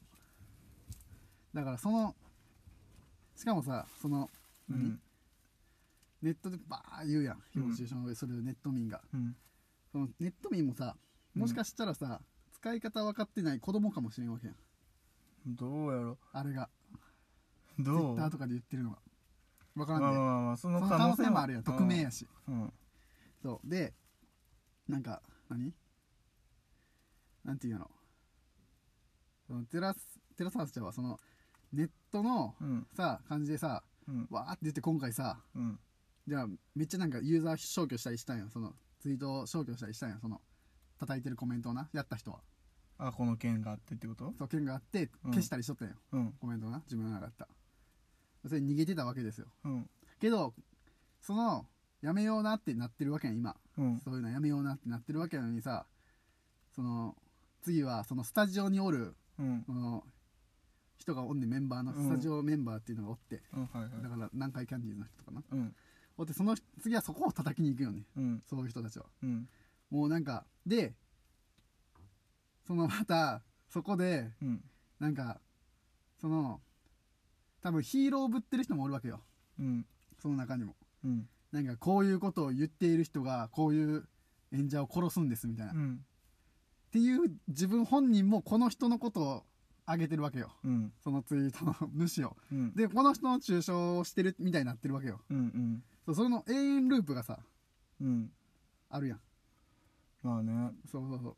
Speaker 1: だからそのしかもさその、
Speaker 2: う
Speaker 1: 何
Speaker 2: ん
Speaker 1: ネットでバー言うやん
Speaker 2: う
Speaker 1: 誹
Speaker 2: ん
Speaker 1: 謗中傷の上それをネット民が、
Speaker 2: うん
Speaker 1: そのネット民もさもしかしたらさ、使い方分かってない子供かもしれんわけやん
Speaker 2: どうやろ
Speaker 1: あれがツイ
Speaker 2: ど
Speaker 1: ッ
Speaker 2: う
Speaker 1: ターとかで言ってるのが分か
Speaker 2: まあ
Speaker 1: らんで、
Speaker 2: まあまあまあそ
Speaker 1: そ
Speaker 2: の
Speaker 1: の
Speaker 2: 可
Speaker 1: 可
Speaker 2: 能
Speaker 1: 能
Speaker 2: 性
Speaker 1: 性もあるやん匿名や
Speaker 2: し
Speaker 1: し
Speaker 2: うん
Speaker 1: そうでなんか何なんていうのそのテラステラスハウスちゃんはそのネットの
Speaker 2: うん
Speaker 1: さ感じでさ
Speaker 2: うん
Speaker 1: わーって言って今回さ
Speaker 2: うん
Speaker 1: じゃあめっちゃなんかユーザー消去したりしたんやそのツイートを消去したりしたんやその叩いてるコメントをなやった人は
Speaker 2: あこの件があってってこと
Speaker 1: そう件があって
Speaker 2: うん
Speaker 1: 消したりしとったんよ、
Speaker 2: うん
Speaker 1: コメントをな自分の中だったそれ逃げてたわけですよ
Speaker 2: うん
Speaker 1: けどそのやめようなってなってるわけやん今
Speaker 2: うん
Speaker 1: そういうのやめようなってなってるわけなのにさその次はそのスタジオにおる
Speaker 2: うん
Speaker 1: その人がおんねんメンバーのスタジオメンバーっていうのがおって、
Speaker 2: うんはいはい
Speaker 1: だから南海キャンディーズの人かな
Speaker 2: うん
Speaker 1: おってその人次はそこを叩きに行くよね
Speaker 2: うん
Speaker 1: そういう人たちは
Speaker 2: うん
Speaker 1: もうなんかでそのまたそこで
Speaker 2: うん
Speaker 1: なんかその多分ヒーローぶってる人もおるわけよ
Speaker 2: うん
Speaker 1: その中にも
Speaker 2: うん
Speaker 1: なんかこういうことを言っている人がこういう演者を殺すんですみたいな、
Speaker 2: う
Speaker 1: っ
Speaker 2: ん
Speaker 1: ていう自分本人もこの人のことを上げてるわけよ
Speaker 2: うん
Speaker 1: そのツイートの <laughs> 主を
Speaker 2: うん
Speaker 1: でこの人の中傷をしてるみたいになってるわけよ
Speaker 2: うんうん
Speaker 1: そうそれの永遠ループがさ
Speaker 2: うん
Speaker 1: あるやん
Speaker 2: まあね
Speaker 1: そうそうそう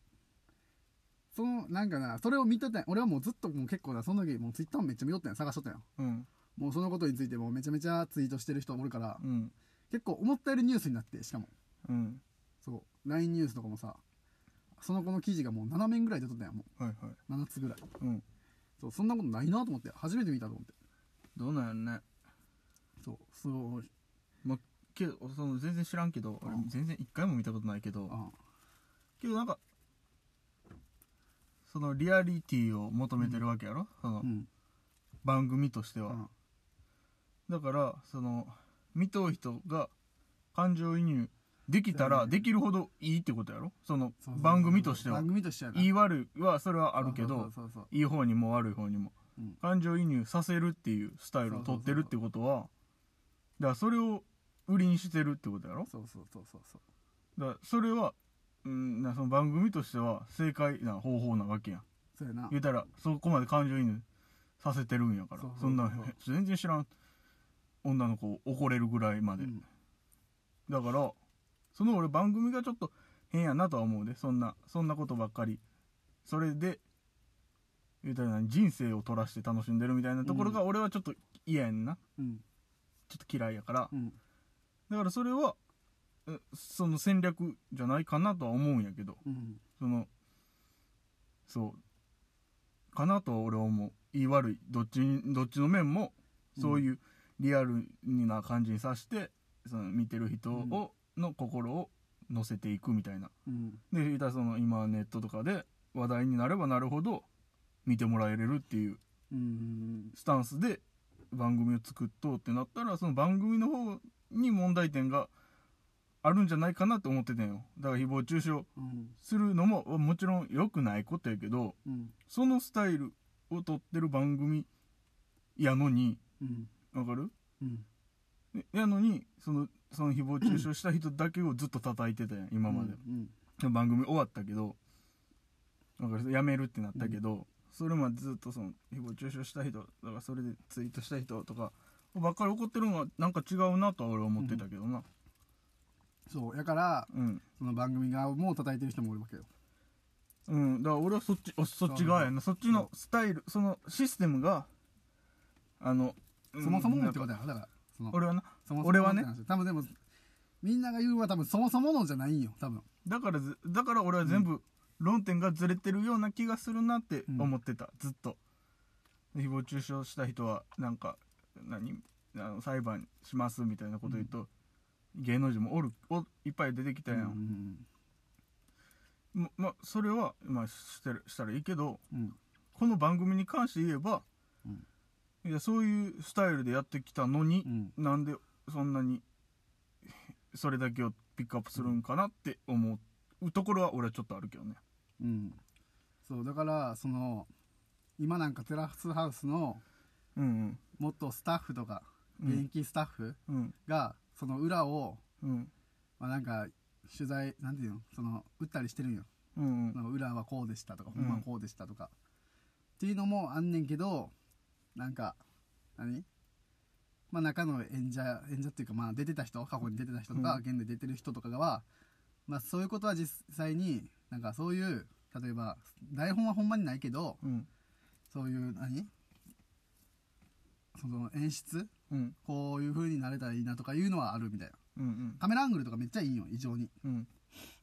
Speaker 1: そのなんかなそれを見てたん俺はもうずっともう結構なその時もうツイッターもめっちゃ見とったんや探しとったんや
Speaker 2: うん
Speaker 1: もうそのことについてもうめちゃめちゃツイートしてる人もおるから
Speaker 2: うん
Speaker 1: 結構思ったよりニュースになってしかも
Speaker 2: うん
Speaker 1: そう LINE ニュースとかもさその子の記事がもう7面ぐらい出とったんやも
Speaker 2: はいは
Speaker 1: う7つぐらい
Speaker 2: いうん
Speaker 1: そうそんなことないなと思って初めて見たと思って
Speaker 2: どうなんやろね
Speaker 1: そうそう
Speaker 2: けどその全然知らんけど俺
Speaker 1: うん
Speaker 2: 全然一回も見たことないけど
Speaker 1: あ
Speaker 2: けどなんかそのリアリティを求めてるわけやろその
Speaker 1: うん
Speaker 2: 番組として
Speaker 1: う
Speaker 2: は
Speaker 1: ん
Speaker 2: だからその見とう人が感情移入できたらできるほどいいってことやろその
Speaker 1: そうそう
Speaker 2: 番組としては
Speaker 1: 番組としてはない
Speaker 2: い悪いはそれはあるけ
Speaker 1: そ
Speaker 2: ど
Speaker 1: うそうそう
Speaker 2: いい方にも悪い方にも
Speaker 1: うん
Speaker 2: 感情移入させるっていうスタイルを取ってるってことはだからそれを売りにしてるってことやろ
Speaker 1: そうそうそうそうそう
Speaker 2: だからそれはうんなその番組としては正解な方法なわけやん
Speaker 1: そうやな
Speaker 2: 言うたらそこまで感情移入させてるんやから
Speaker 1: そうそう
Speaker 2: そんな
Speaker 1: そう
Speaker 2: 全然知らん女の子を怒れるぐらいま
Speaker 1: う
Speaker 2: で、
Speaker 1: ん
Speaker 2: だからその俺番組がちょっと変やなとは思うでそんなそんなことばっかりそれで言うたら何人生を取らして楽しんでるみたいなところが俺はちょっと嫌やんな、
Speaker 1: うん
Speaker 2: ちょっと嫌いやから
Speaker 1: うん
Speaker 2: だからそれはうその戦略じゃないかなとは思うんやけど
Speaker 1: うん
Speaker 2: そのそうかなとは俺は思う言い悪いどっちにどっちの面もそういうリアルな感じにさしてその見てる人を、の心を乗せていくみたいな
Speaker 1: うん
Speaker 2: で言うたらその今ネットとかで話題になればなるほど見てもらえれるっていう
Speaker 1: うん
Speaker 2: スタンスで番組を作っとうってなったらその番組の方に問題点があるんじゃないかなって思ってたんよだから誹謗中傷
Speaker 1: うん
Speaker 2: するのももちろん良くないことやけど
Speaker 1: うん
Speaker 2: そのスタイルを取ってる番組やのに
Speaker 1: うん
Speaker 2: わかる
Speaker 1: うん
Speaker 2: ねやのにそのその誹謗中傷した人だけをずっと叩いてたやん今まで、
Speaker 1: うん
Speaker 2: 番組終わったけどわかるやめるってなったけど、それまでずっとその誹謗中傷した人だからそれでツイートした人とかばっかり怒ってるのはなんか違うなとは俺は思ってたけどな
Speaker 1: そうやから
Speaker 2: うん、
Speaker 1: その番組側も叩いてる人もおるわけよ
Speaker 2: うん、だから俺はそっちあそっち側やなそっちのスタイルそのシステムがあの
Speaker 1: そもそものって
Speaker 2: う
Speaker 1: こ
Speaker 2: ん
Speaker 1: とやろだからその
Speaker 2: 俺はな
Speaker 1: そもそも
Speaker 2: 俺はね
Speaker 1: のって話多分でもみんなが言うのは多分そもそものじゃないんよ多分
Speaker 2: だからずだから俺は全部論点がずれてるような気がするなって思ってた、ずっと誹謗中傷した人はなんか何あの裁判しますみたいなこと言うと、芸能人もおるおいっぱい出てきたやん、ままあそれは、まあ、してるしたらいいけど
Speaker 1: うんうん
Speaker 2: この番組に関して言えば、
Speaker 1: うん
Speaker 2: いやそういうスタイルでやってきたのに
Speaker 1: う、ん
Speaker 2: なんでそんなにそれだけをピックアップするんかなって思うところは俺はちょっとあるけどね
Speaker 1: うんそうだからその今なんかテラスハウスの
Speaker 2: うん
Speaker 1: 元スタッフとか
Speaker 2: うん
Speaker 1: 現役スタッフ
Speaker 2: うん
Speaker 1: がその裏を、
Speaker 2: うん
Speaker 1: まあ、なんか取材なんていうのその打ったりしてるんよ
Speaker 2: うん
Speaker 1: その裏はこうでしたとか
Speaker 2: うん
Speaker 1: 本番こうでしたとか、っていうのもあんねんけどなんか何まあ中の演者演者っていうかまあ出てた人過去に出てた人とか、
Speaker 2: うん
Speaker 1: 現在出てる人とかがはまあそういうことは実際になんかそういう例えば台本はほんまにないけど
Speaker 2: うん
Speaker 1: そういう何その演出
Speaker 2: うん
Speaker 1: こういう風になれたらいいなとかいうのはあるみたいな
Speaker 2: うん
Speaker 1: カメラアングルとかめっちゃいいよ異常に
Speaker 2: うん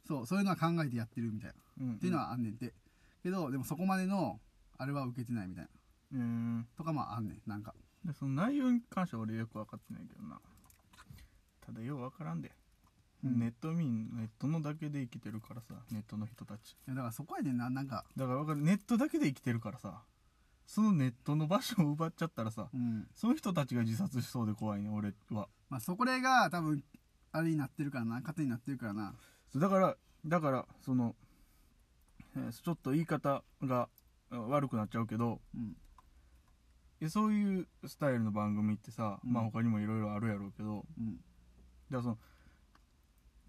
Speaker 1: そうそういうのは考えてやってるみたいな
Speaker 2: うん
Speaker 1: っていうのはあんねんて、けどでもそこまでのあれは受けてないみたいな
Speaker 2: うん
Speaker 1: とかもあんねんなんか
Speaker 2: でその内容に関しては俺よく分かってないけどなただよう分からんで、
Speaker 1: うん
Speaker 2: ネット民ネットのだけで生きてるからさネットの人たち
Speaker 1: いやだからそこやねんななんか
Speaker 2: だから分かるネットだけで生きてるからさそのネットの場所を奪っちゃったらさ
Speaker 1: うん
Speaker 2: その人たちが自殺しそうで怖いね俺は
Speaker 1: まあそこれが多分あれになってるからな糧になってるからな
Speaker 2: そうだからだからその、えーちょっと言い方がうん悪くなっちゃうけど
Speaker 1: うん
Speaker 2: いやそういうスタイルの番組ってさ、
Speaker 1: うん
Speaker 2: まあ他にもいろいろあるやろうけど
Speaker 1: うん
Speaker 2: だからその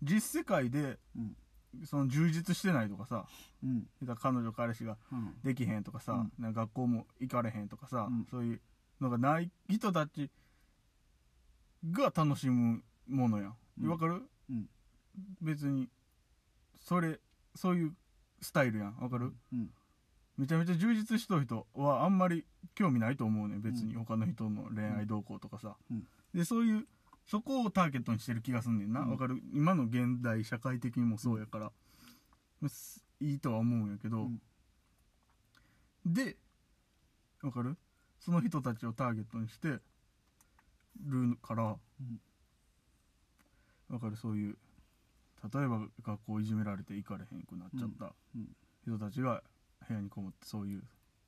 Speaker 2: 実世界で
Speaker 1: うん
Speaker 2: その充実してないとかさ
Speaker 1: うん
Speaker 2: だから彼女彼氏が
Speaker 1: うん
Speaker 2: できへんとかさ、
Speaker 1: うん
Speaker 2: なんか学校も行かれへんとかさ、
Speaker 1: うん
Speaker 2: そういうのがない人たちが楽しむものやん
Speaker 1: うん
Speaker 2: わかる、
Speaker 1: うん
Speaker 2: 別にそれそういうスタイルやんわかる、
Speaker 1: うん
Speaker 2: めちゃめちゃ充実しとる人はあんまり興味ないと思うねん別に
Speaker 1: う
Speaker 2: 他の人の恋愛動向とかさ、
Speaker 1: うん
Speaker 2: でそういうそこをターゲットにしてる気がすんねんな
Speaker 1: う
Speaker 2: わ
Speaker 1: ん、
Speaker 2: かる今の現代社会的にもそうやから、すいいとは思うんやけど、
Speaker 1: うん
Speaker 2: でわかるその人たちをターゲットにしてるからわ、
Speaker 1: ん
Speaker 2: かるそういう例えば学校いじめられて行かれへんくなっちゃった、
Speaker 1: うん
Speaker 2: 人たちが部屋にこもってそういう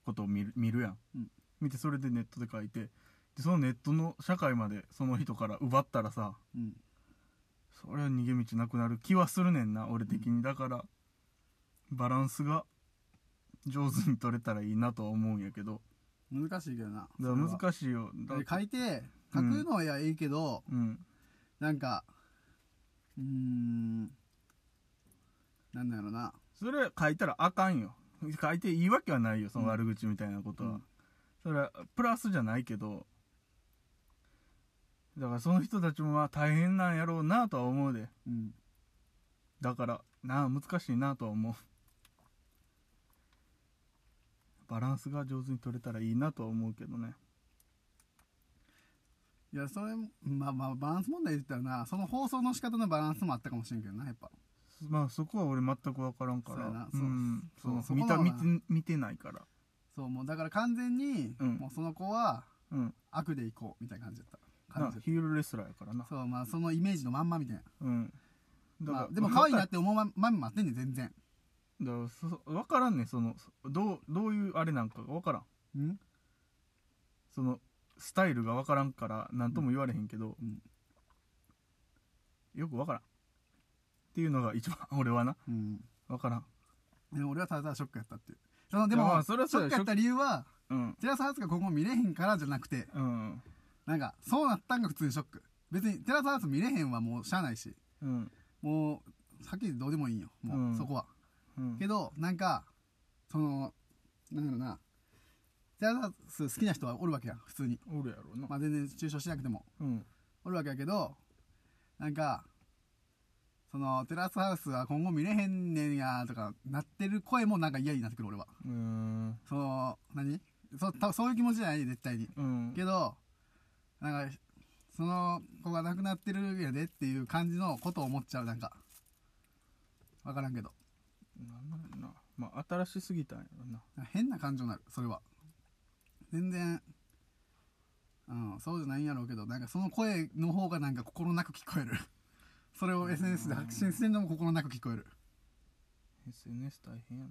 Speaker 2: ことを見る見るやん、
Speaker 1: うん
Speaker 2: 見てそれでネットで書いてでそのネットの社会までその人から奪ったらさ
Speaker 1: うん
Speaker 2: それは逃げ道なくなる気はするねんな俺的に、だからバランスが上手に取れたらいいなとは思うんやけど
Speaker 1: 難しいけどな
Speaker 2: だから難しいよだ
Speaker 1: で書いて書くのはいいけど、
Speaker 2: うん
Speaker 1: なんかうーんなんだろうな
Speaker 2: それ書いたらあかんよ書いていいわけはないよその悪口みたいなことは、
Speaker 1: うん
Speaker 2: それはプラスじゃないけどだからその人たちもまあ大変なんやろうなとは思うで
Speaker 1: うん
Speaker 2: だからなあ難しいなとは思うバランスが上手に取れたらいいなとは思うけどね
Speaker 1: いやそれもまあまあバランス問題で言ったらなその放送の仕方のバランスもあったかもしれんけどなやっぱ
Speaker 2: まあそこは俺全く分からんから
Speaker 1: そうやな
Speaker 2: うん
Speaker 1: そう
Speaker 2: そう
Speaker 1: そう
Speaker 2: 見た
Speaker 1: そこの
Speaker 2: 見
Speaker 1: は
Speaker 2: て見てないから
Speaker 1: そうもうだから完全に、
Speaker 2: うん
Speaker 1: もうその子は
Speaker 2: うん
Speaker 1: 悪でいこうみたいな感じだった
Speaker 2: な
Speaker 1: 感じ
Speaker 2: ヒールレスラーやからな
Speaker 1: そうまあそのイメージのまんまみたいな、
Speaker 2: うんだ
Speaker 1: まあ、でも可愛いなって思うままんまってんねん全然
Speaker 2: だからそ分からんねんそのそどうどういうあれなんかが分からん
Speaker 1: うん
Speaker 2: そのスタイルが分からんから何とも言われへんけど、
Speaker 1: うん
Speaker 2: よく分からんっていうのが一番 <laughs> 俺はな
Speaker 1: うん
Speaker 2: 分からん
Speaker 1: でも俺はただただショックやったっていうそので
Speaker 2: いやま
Speaker 1: も
Speaker 2: あそれは
Speaker 1: シ
Speaker 2: そう
Speaker 1: ョッ
Speaker 2: や
Speaker 1: クやった理由は
Speaker 2: うん
Speaker 1: テラスハウスが今後見れへんからじゃなくて
Speaker 2: うん
Speaker 1: なんかそうなったんが普通にショック別にテラスハウス見れへんはもうしゃあないし
Speaker 2: うん
Speaker 1: もうはっきり言ってどうでもいいんよもう、
Speaker 2: うん
Speaker 1: そこは
Speaker 2: うん
Speaker 1: けどなんかそのなんだろうなテラスハウス好きな人はおるわけやん普通に
Speaker 2: おるやろうな、
Speaker 1: まあ全然中傷しなくても
Speaker 2: うん
Speaker 1: おるわけやけどなんかそのテラスハウスは今後見れへんねんやとかなってる声もなんか嫌になってくる俺は
Speaker 2: うーん
Speaker 1: その何そ多分そういう気持ちじゃない絶対に
Speaker 2: うん
Speaker 1: けどなんかその子が亡くなってるんやでっていう感じのことを思っちゃうなんか分からんけど
Speaker 2: なんなんやろなまあ新しすぎたんやろな
Speaker 1: なんか変な感情になるそれは全然うんそうじゃないんやろうけどなんかその声の方がなんか心なく聞こえる <laughs> それを SNS で発信してるのも心なく聞こえる
Speaker 2: SNS 大変やな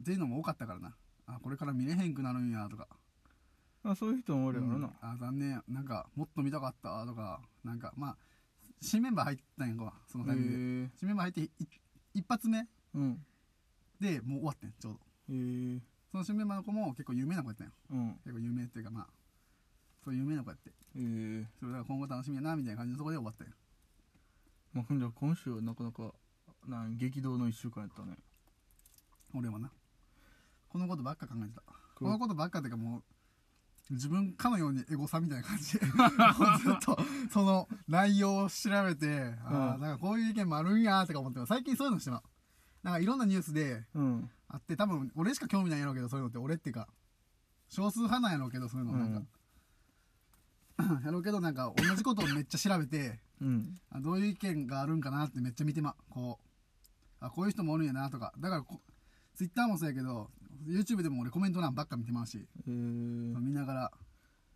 Speaker 1: っていうのも多かったからなあこれから見れへんくなるんやとか
Speaker 2: まあそういう人もおるやろ
Speaker 1: うん
Speaker 2: な、
Speaker 1: あ残念なんかもっと見たかったとかなんかまあ新メンバー入ったんやんかそのタイミングで
Speaker 2: へえ
Speaker 1: 新メンバー入ってい一発目
Speaker 2: うん
Speaker 1: でもう終わってんちょうど
Speaker 2: へえ
Speaker 1: その新メンバーの子も結構有名な子やったんや
Speaker 2: うん
Speaker 1: 結構有名っていうかまあそう有名な子やって
Speaker 2: へえ
Speaker 1: それだから今後楽しみやなみたいな感じのとこで終わったんや
Speaker 2: まあ、じゃあ今週はなかなかなん激動の1週間やったね
Speaker 1: 俺はなこのことばっか考えてたこのことばっかっていうかもう自分かのようにエゴサみたいな感じ <laughs> でもうずっとその内容を調べて、ああ
Speaker 2: うん
Speaker 1: なんかこういう意見もあるんやとか思って最近そういうのしてまうなんかいろんなニュースで
Speaker 2: うん
Speaker 1: あって多分俺しか興味ないやろうけどそういうのって俺っていうか少数派なんやろうけどそういうのなんか、 <laughs> やろうけどなんか同じことをめっちゃ調べて
Speaker 2: うん
Speaker 1: あどういう意見があるんかなってめっちゃ見てまこうあこういう人もおるんやなとかだからこツイッターもそうやけど YouTube でも俺コメント欄ばっか見てまうし、
Speaker 2: えー、
Speaker 1: 見ながら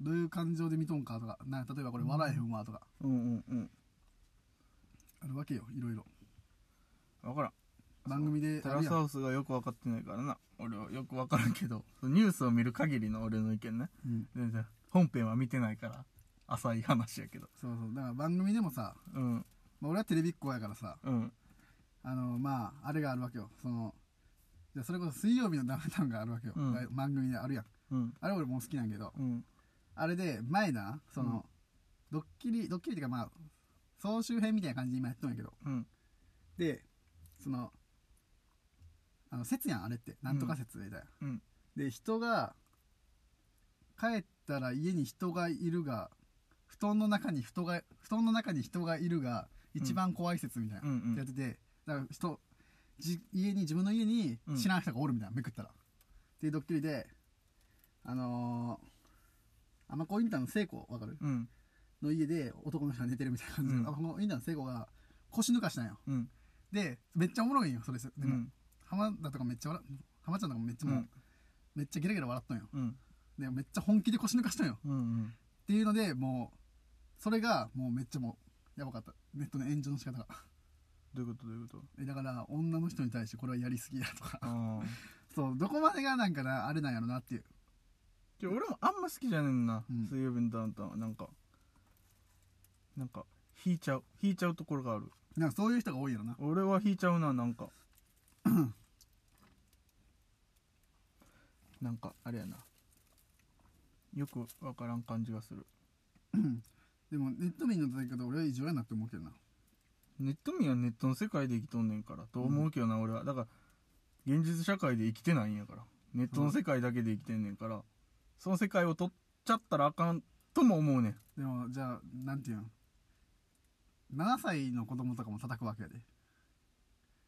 Speaker 1: どういう感情で見とんかとかな例えばこれ笑えへんわとか
Speaker 2: うんうんうん
Speaker 1: あるわけよいろいろ
Speaker 2: 分からん
Speaker 1: 番組で
Speaker 2: テ
Speaker 1: ある
Speaker 2: ラス
Speaker 1: やん
Speaker 2: ハウスがよく分かってないからな俺はよく分からんけどニュースを見る限りの俺の意見ね
Speaker 1: うん、
Speaker 2: 全然本編は見てないから浅い話やけど
Speaker 1: そうそうだから番組でもさ、
Speaker 2: うん
Speaker 1: まあ、俺はテレビっ子やからさ
Speaker 2: うん
Speaker 1: あのまああれがあるわけよそのじゃあそれこそ水曜日のダウンタウンがあるわけよ、
Speaker 2: うん
Speaker 1: 番組であるやん
Speaker 2: うん
Speaker 1: あれ俺もう好きなんやけど
Speaker 2: うん
Speaker 1: あれで前なその、
Speaker 2: うん
Speaker 1: ドッキリドッキリっていうかまあ総集編みたいな感じで今やっとんやけど
Speaker 2: うん
Speaker 1: でそのあの説やんあれってなんとか説みたいな、
Speaker 2: うん
Speaker 1: で人が帰ったら家に人がいるが布団の中に人が布団の中に人がいるが一番怖い説みたいな、
Speaker 2: うんうん
Speaker 1: やっててだから人じ家に自分の家に
Speaker 2: うん
Speaker 1: 知らん人がおるみたいなめくったらっていうドッキリであのー、アマコインターの聖子わかる
Speaker 2: うん
Speaker 1: の家で男の人が寝てるみたいな感じで、
Speaker 2: うん
Speaker 1: アマコインターの聖子が腰抜かしたんよ
Speaker 2: うん
Speaker 1: でめっちゃおもろいんよそれで
Speaker 2: う
Speaker 1: も、
Speaker 2: ん
Speaker 1: 浜田とかめっちゃ笑浜ちゃんとかもめっちゃもう、めっちゃゲラゲラ笑っとんよ
Speaker 2: うん
Speaker 1: でめっちゃ本気で腰抜かしたんよ
Speaker 2: うん
Speaker 1: っていうのでもうそれがもうめっちゃもうやばかったネットの炎上の仕方が
Speaker 2: どういうことどういうこと
Speaker 1: えだから女の人に対してこれはやりすぎやとか
Speaker 2: ああ
Speaker 1: そうどこまでがなんかなあれなんやろなっていう
Speaker 2: じゃ俺もあんま好きじゃねえんな、
Speaker 1: うん
Speaker 2: 水曜日のダウンタウンはなんかなんか引いちゃう引いちゃうところがある
Speaker 1: なんかそういう人が多いやろな
Speaker 2: 俺は引いちゃうななんか <coughs> なんかあれやなよくわからん感じがする
Speaker 1: でもネット民の叩き方俺は異常やなって思うけどな
Speaker 2: ネット民はネットの世界で生きとんねんからと思うけどな、俺はだから現実社会で生きてないんやからネットの世界だけで生きてんねんから、その世界を取っちゃったらあかんとも思うねん
Speaker 1: でもじゃあなんていうの7歳の子供とかも叩くわけやで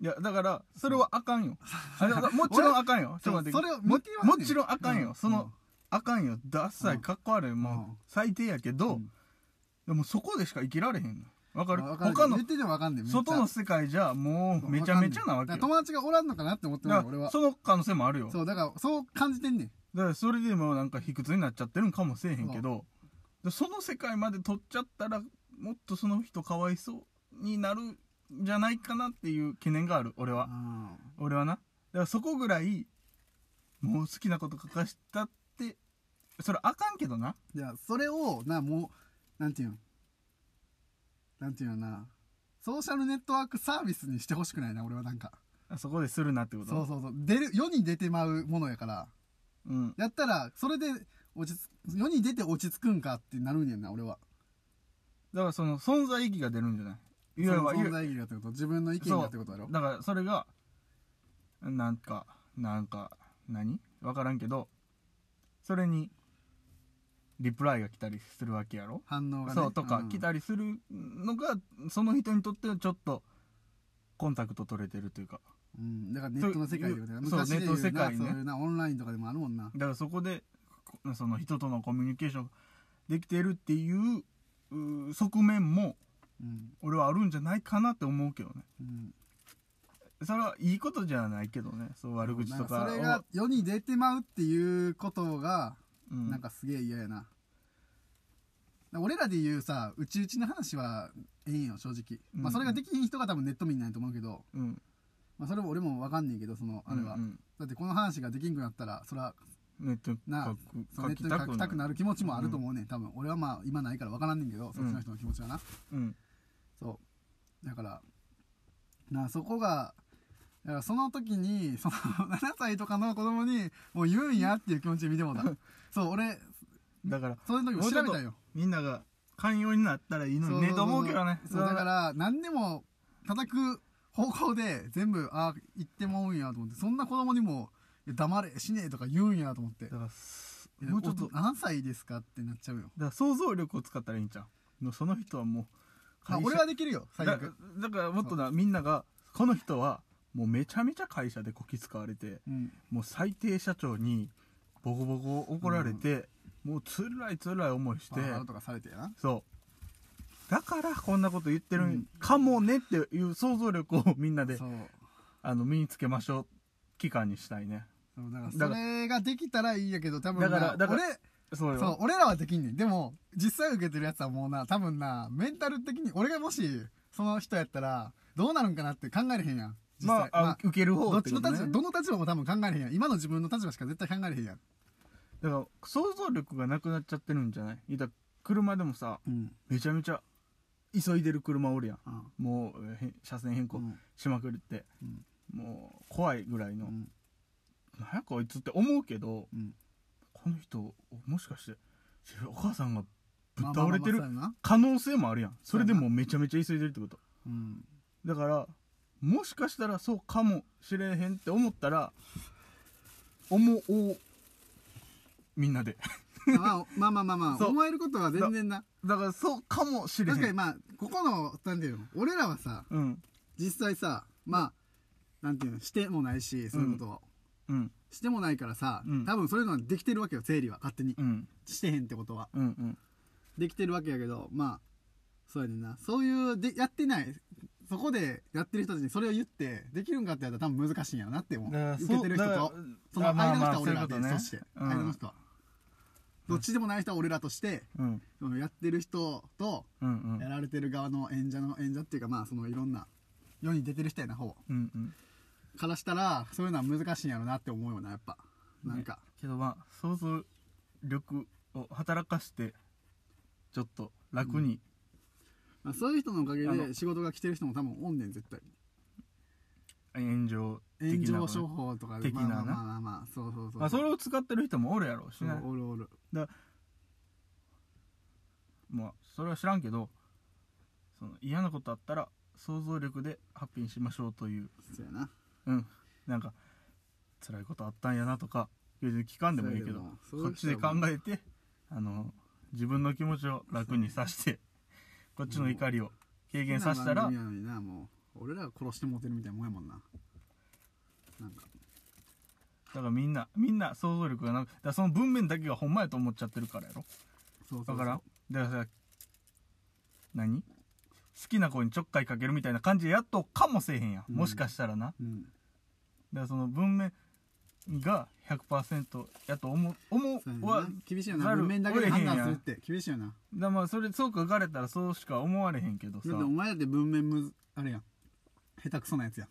Speaker 2: いや、だから、それはあか
Speaker 1: <laughs>
Speaker 2: んよ。あだからもちろんあかんよ。ちょっと待って
Speaker 1: それを
Speaker 2: も
Speaker 1: 見てはんね
Speaker 2: も
Speaker 1: ん
Speaker 2: ちろんあかんよ。その、あかんよ。ダッサ
Speaker 1: う
Speaker 2: い、
Speaker 1: ん
Speaker 2: かっこ悪い、
Speaker 1: う
Speaker 2: も
Speaker 1: ん
Speaker 2: う、最低やけ
Speaker 1: う
Speaker 2: ど
Speaker 1: ん、
Speaker 2: でもそこでしか生きられへんの。わかる
Speaker 1: あわ
Speaker 2: 他の
Speaker 1: 言っ、ててもわかんねえめっちゃ
Speaker 2: 外の世界じゃ、もう、めちゃめちゃなわけ
Speaker 1: だ
Speaker 2: よ。
Speaker 1: から友達がおらんのかなって思ってる
Speaker 2: だ
Speaker 1: の
Speaker 2: か
Speaker 1: 俺
Speaker 2: ら、
Speaker 1: は
Speaker 2: その可能性もあるよ。
Speaker 1: そうだからそう感じてんねん
Speaker 2: だから、それでもなんか、卑屈になっちゃってるんかもしれへんけど、でその世界まで取っちゃったら、もっとその人かわいそうになるんじゃないかなっていう懸念がある、俺は。俺はなだからそこぐらいもう好きなこと書かしたってそれあかんけどな
Speaker 1: じゃあそれをなもうなんていうのなんていうのなソーシャルネットワークサービスにしてほしくないな俺はなんか
Speaker 2: あそこでするなってこと
Speaker 1: そうそうそう出る世に出てまうものやから
Speaker 2: うん
Speaker 1: やったらそれで落ち着世に出て落ち着くんかってなるんやんな俺は
Speaker 2: だからその存在意義が出るんじゃないいわば
Speaker 1: その存在意義だってこと自分の意見だってことやろ
Speaker 2: だからそれがなんかなんか何分からんけどそれにリプライが来たりするわけやろ
Speaker 1: 反応がね
Speaker 2: そうとか
Speaker 1: ん
Speaker 2: 来たりするのがその人にとってはちょっとコンタクト取れてるというか
Speaker 1: うん、だからネットの世界ってことやな
Speaker 2: そう
Speaker 1: 昔で言うな
Speaker 2: ネットの世界
Speaker 1: そ
Speaker 2: ね
Speaker 1: ういうなオンラインとかでもあるもんな
Speaker 2: だからそこでこその人とのコミュニケーションができてるっていううー側面も
Speaker 1: うん
Speaker 2: 俺はあるんじゃないかなって思うけどね
Speaker 1: うん
Speaker 2: それはいいことじゃないけどねそう悪口と
Speaker 1: な
Speaker 2: か
Speaker 1: んそれ
Speaker 2: を
Speaker 1: が世に出てまうっていうことが
Speaker 2: うん
Speaker 1: なんかすげえ嫌やな、俺らで言うさうちうちの話はええんよ正直、ま
Speaker 2: う
Speaker 1: あ、
Speaker 2: ん
Speaker 1: それができひん人が多分ネット民なんやと思うけど、
Speaker 2: うん
Speaker 1: まあ、それも俺も分かんねえけどそのあれは、
Speaker 2: うんうん
Speaker 1: だってこの話ができんくなったらそれは
Speaker 2: ネットに
Speaker 1: なそ
Speaker 2: 書
Speaker 1: の
Speaker 2: く
Speaker 1: ネ
Speaker 2: 書
Speaker 1: ットに
Speaker 2: きた
Speaker 1: 書
Speaker 2: く
Speaker 1: きたくな
Speaker 2: なる
Speaker 1: る気持ちもあると思うねん、多分俺はまあ今ないから分からんねんけどそっちの人の気持ちはな、
Speaker 2: うん
Speaker 1: そうだからなそこがだからその時に <laughs> その7歳とかの子供にもう言うんやっていう気持ちで見てもうたそう俺
Speaker 2: だから
Speaker 1: その時も調べたんよ
Speaker 2: みんなが寛容になったらいい
Speaker 1: そ
Speaker 2: の
Speaker 1: そ
Speaker 2: に
Speaker 1: そ
Speaker 2: ねと思うけどね
Speaker 1: そうだからら何でも叩く方向で全部ああ言ってもうんやと思ってそんな子供にもいや黙れ死ねえとか言うんやと思って
Speaker 2: だからす
Speaker 1: いや
Speaker 2: もうちょっと
Speaker 1: お何歳ですかってなっちゃうよ
Speaker 2: だから想像力を使ったらいいんちゃうのその人はもう
Speaker 1: あ
Speaker 2: 会社
Speaker 1: 俺はできるよ最
Speaker 2: だ
Speaker 1: 悪
Speaker 2: だからもっとなみんながこの人はもうめちゃめちゃ会社でこき使われて
Speaker 1: うん
Speaker 2: もう最低社長にボコボコ怒られて、もうつらいつらい思いし
Speaker 1: パ
Speaker 2: て
Speaker 1: ワハラとかされてやな
Speaker 2: そうだからこんなこと言ってる
Speaker 1: うんん
Speaker 2: かもねっていう想像力をみんなで
Speaker 1: そう
Speaker 2: あの身につけましょう期間にしたいね
Speaker 1: そうだ
Speaker 2: だ
Speaker 1: から
Speaker 2: か
Speaker 1: そ
Speaker 2: ら
Speaker 1: れができたらいいんやけど多分な
Speaker 2: だからだから
Speaker 1: 俺
Speaker 2: そうよ
Speaker 1: そう、俺らはできんねん。でも、実際受けてるやつはもうな、多分な、メンタル的に、俺がもし、その人やったら、どうなるんかなって考えれへんやん。実際
Speaker 2: まあ、あ受ける方
Speaker 1: どっ
Speaker 2: って
Speaker 1: ち
Speaker 2: こ
Speaker 1: の
Speaker 2: と
Speaker 1: 立
Speaker 2: ね
Speaker 1: 場どの立場も多分考えれへんやん今の自分の立場しか絶対考えれへんやん、
Speaker 2: だから想像力がなくなっちゃってるんじゃないいた車でもさ
Speaker 1: うん
Speaker 2: めちゃめちゃ急いでる車おるやん
Speaker 1: うん
Speaker 2: もうえーへ車線変更しまくるって、
Speaker 1: うん
Speaker 2: もう怖いぐらいの、
Speaker 1: うん
Speaker 2: なんやこいつって思うけど
Speaker 1: うん
Speaker 2: この人もしかして自分お母さんがぶ
Speaker 1: ま
Speaker 2: っ
Speaker 1: あまあ
Speaker 2: 倒れてる
Speaker 1: まあそうやな
Speaker 2: 可能性もあるやんそれで
Speaker 1: そう
Speaker 2: もうめちゃめちゃ急いでるってこと
Speaker 1: うん
Speaker 2: だからもしかしたらそうかもしれへんって思ったら思おうみんなで
Speaker 1: まあまあまあまあまあ
Speaker 2: そう
Speaker 1: 思えることは全然な
Speaker 2: だからそうかもしれへん
Speaker 1: 確かにまあここのなんていうの俺らはさ
Speaker 2: うん
Speaker 1: 実際さまあなんていうのしてもないしそういうことを、
Speaker 2: うん
Speaker 1: してもないからさ、
Speaker 2: うん
Speaker 1: 多分そういうのはできてるわけよ整理は勝手に、
Speaker 2: うん
Speaker 1: してへんってことは
Speaker 2: うんうん
Speaker 1: できてるわけやけどまあそうやねんなそういうでやってないそこでやってる人たちにそれを言ってできるんかってやったら多分難しいんやろなって思
Speaker 2: だ
Speaker 1: う
Speaker 2: か
Speaker 1: 受
Speaker 2: ら
Speaker 1: けてる人
Speaker 2: だから
Speaker 1: とその
Speaker 2: あま
Speaker 1: 間の
Speaker 2: あ
Speaker 1: 人
Speaker 2: まあ
Speaker 1: は俺らで
Speaker 2: そ
Speaker 1: そう
Speaker 2: いうことね
Speaker 1: して、
Speaker 2: うん
Speaker 1: 間の人はどっちでもない人は俺らとして、
Speaker 2: うん
Speaker 1: そのやってる人と
Speaker 2: うんうん
Speaker 1: やられてる側の演者の演者っていうかまあそのいろんな世に出てる人やな方
Speaker 2: うんうん
Speaker 1: からしたらそういうのは難しいんやろなって思うよなやっぱなんか、
Speaker 2: けどまあ想像力を働かしてちょっと楽に、
Speaker 1: まあ、そういう人のおかげ
Speaker 2: あの
Speaker 1: で仕事が来てる人も多分おんねん絶対
Speaker 2: 炎上
Speaker 1: 炎
Speaker 2: 的
Speaker 1: 上
Speaker 2: なことね
Speaker 1: 商法とかで
Speaker 2: 的
Speaker 1: ま
Speaker 2: な
Speaker 1: あ
Speaker 2: な
Speaker 1: まあまあまあまあそうそうそう
Speaker 2: まあ、それを使ってる人もおるやろうし
Speaker 1: そう
Speaker 2: ね
Speaker 1: おるおる
Speaker 2: まあそれは知らんけどその嫌なことあったら想像力でハッピーにしましょうという
Speaker 1: そうやな
Speaker 2: うんなんか辛いことあったんやなとか別に聞かんでもいいけど
Speaker 1: そう
Speaker 2: こ
Speaker 1: や
Speaker 2: っ
Speaker 1: け
Speaker 2: ち
Speaker 1: ど
Speaker 2: で考えてあの自分の気持ちを楽にさしてこっちの怒りを軽減させた
Speaker 1: 好
Speaker 2: ら
Speaker 1: きな番組やのになもう俺らが殺してもうてるみたいなもんやもんななんか
Speaker 2: だからみんなみんな想像力がなくだからその文面だけがほんまやと思っちゃってるからやろ
Speaker 1: そうそうそ
Speaker 2: だ
Speaker 1: う
Speaker 2: からだからさ何好きな子にちょっかいかけるみたいな感じでやっとうかもせえへんや、
Speaker 1: うん
Speaker 2: ん、もしかしたらな
Speaker 1: うん
Speaker 2: だからその文面が100%やと思う思
Speaker 1: そうやねん
Speaker 2: うは
Speaker 1: な厳しいよな
Speaker 2: ざる
Speaker 1: 文面だけで判断
Speaker 2: を
Speaker 1: す
Speaker 2: 得へん
Speaker 1: る
Speaker 2: や
Speaker 1: っ
Speaker 2: ん
Speaker 1: て厳しいよな
Speaker 2: だからまあそれそう書かれたらそうしか思われへんけどさ
Speaker 1: だってお前だって文面むずあれやん下手くそなやつやん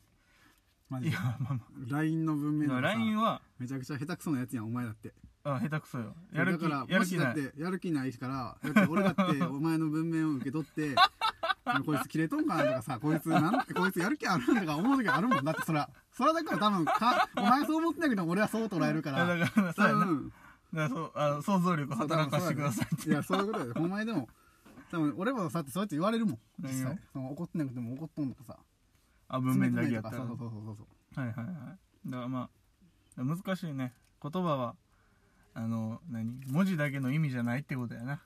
Speaker 1: マ
Speaker 2: い
Speaker 1: ジで
Speaker 2: やまあま
Speaker 1: LINE の文面
Speaker 2: あ
Speaker 1: が
Speaker 2: LINE は
Speaker 1: めちゃくちゃ下手くそなやつやんお前だって
Speaker 2: あ下手くそよやる気
Speaker 1: だからも
Speaker 2: やる
Speaker 1: し
Speaker 2: 気
Speaker 1: だ
Speaker 2: な
Speaker 1: っ
Speaker 2: い
Speaker 1: てやる気ないからだって俺だ
Speaker 2: <laughs>
Speaker 1: ってお前の文面を受け取ってこいつ切れとんかなとかさこいつなんこいつやる気あるんだとか思う時あるもんだってそらそらだから多分かお前そう思ってないけど俺はそう捉えるか
Speaker 2: いや
Speaker 1: ら
Speaker 2: だからそう
Speaker 1: 多
Speaker 2: やなだか
Speaker 1: 分
Speaker 2: らそうあの想像力を働かせてくださいって
Speaker 1: いやそういうことだよお前でも多分俺もさってそうやって言われるもん実
Speaker 2: 何
Speaker 1: 際
Speaker 2: を
Speaker 1: その怒ってなくても怒っとんとかさ
Speaker 2: あ文面だけやった
Speaker 1: 冷
Speaker 2: ら
Speaker 1: たいとか
Speaker 2: は
Speaker 1: そうそうそうそう
Speaker 2: いはいはいだからまあ難しいね言葉はあの何文字だけの意味じゃないってことやな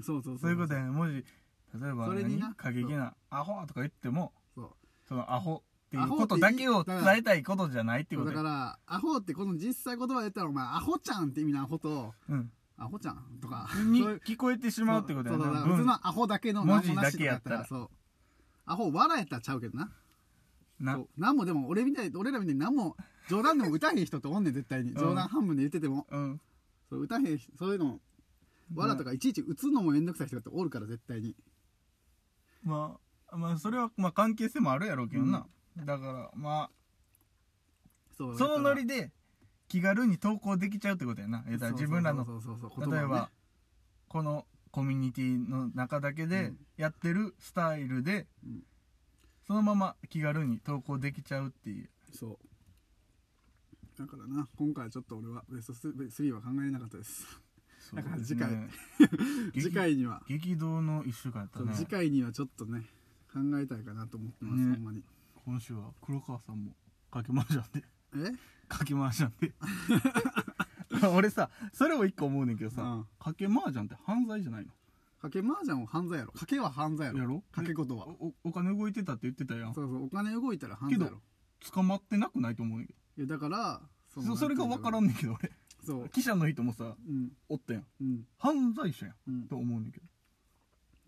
Speaker 1: そうそう
Speaker 2: そういうこと
Speaker 1: や
Speaker 2: やね文字例えば
Speaker 1: それに
Speaker 2: 何
Speaker 1: な
Speaker 2: 過激なアホとか言っても
Speaker 1: そう
Speaker 2: そのアホっていうことだけを伝えたいことじゃないっていうこと
Speaker 1: だ
Speaker 2: や
Speaker 1: からアホってこの実際言葉で言ったらお前アホちゃんって意味のアホと
Speaker 2: うん
Speaker 1: アホちゃんとか
Speaker 2: に
Speaker 1: そういう
Speaker 2: 聞こえてしまうってことや
Speaker 1: そうそう
Speaker 2: な
Speaker 1: だから普通
Speaker 2: 文
Speaker 1: のアホだけの
Speaker 2: 文
Speaker 1: 何
Speaker 2: 字
Speaker 1: もな
Speaker 2: だ
Speaker 1: しとか
Speaker 2: けや
Speaker 1: やっ
Speaker 2: ったたら
Speaker 1: らそうアホ笑えたらちゃうけどな
Speaker 2: な
Speaker 1: そう何もでも俺みたい俺らみたいに何も冗談でも歌えへん人っておんねん絶対に
Speaker 2: ん
Speaker 1: 冗談半分で言ってても、
Speaker 2: うん
Speaker 1: そう歌えへんそういうの笑とかいちいち打つのもめんどくさい人っておるから絶対に
Speaker 2: まあまあそれはまあ関係性もあるやろうけどな、だからま
Speaker 1: そ
Speaker 2: あそのノリ
Speaker 1: で
Speaker 2: で気軽に投稿できちゃうってことやな言うたら自分らの
Speaker 1: そうそうそうそう
Speaker 2: 例
Speaker 1: 言
Speaker 2: え
Speaker 1: 葉をね
Speaker 2: ばこのコミュニティの中だけ
Speaker 1: う
Speaker 2: で
Speaker 1: ん
Speaker 2: やってるスタイルで、
Speaker 1: うん
Speaker 2: そのまま気軽に投稿できちゃうっていう
Speaker 1: そうだからな今回はちょっと俺はベスト3は考えれなかったですだから次回
Speaker 2: そう
Speaker 1: <laughs>
Speaker 2: ですね
Speaker 1: 次回には
Speaker 2: 激激動の1週間やった
Speaker 1: そう次
Speaker 2: ね
Speaker 1: 回にはちょっとね考えたいかなと思ってます、
Speaker 2: ね
Speaker 1: ほんまに
Speaker 2: 今週は黒川さんもかけ回しちゃ
Speaker 1: <laughs>
Speaker 2: って
Speaker 1: え
Speaker 2: かけ麻雀って <laughs> 俺さそれを一個思うねんけどさ、
Speaker 1: うん
Speaker 2: かけ麻雀って犯罪じゃないの
Speaker 1: 賭け麻雀は犯罪やろ賭けは犯罪やろ
Speaker 2: やろ
Speaker 1: 賭け事は
Speaker 2: おおお金動いてたって言ってたやん
Speaker 1: そうそうお金動いたら犯罪やろ
Speaker 2: 捕まってなくないと思うねんけ
Speaker 1: いやだからそ
Speaker 2: ど
Speaker 1: の
Speaker 2: そそれが分からんねんけど俺
Speaker 1: そう
Speaker 2: 記者の人もさ
Speaker 1: うん
Speaker 2: おったやん
Speaker 1: うん
Speaker 2: 犯罪者やん
Speaker 1: うん
Speaker 2: と思うねんけど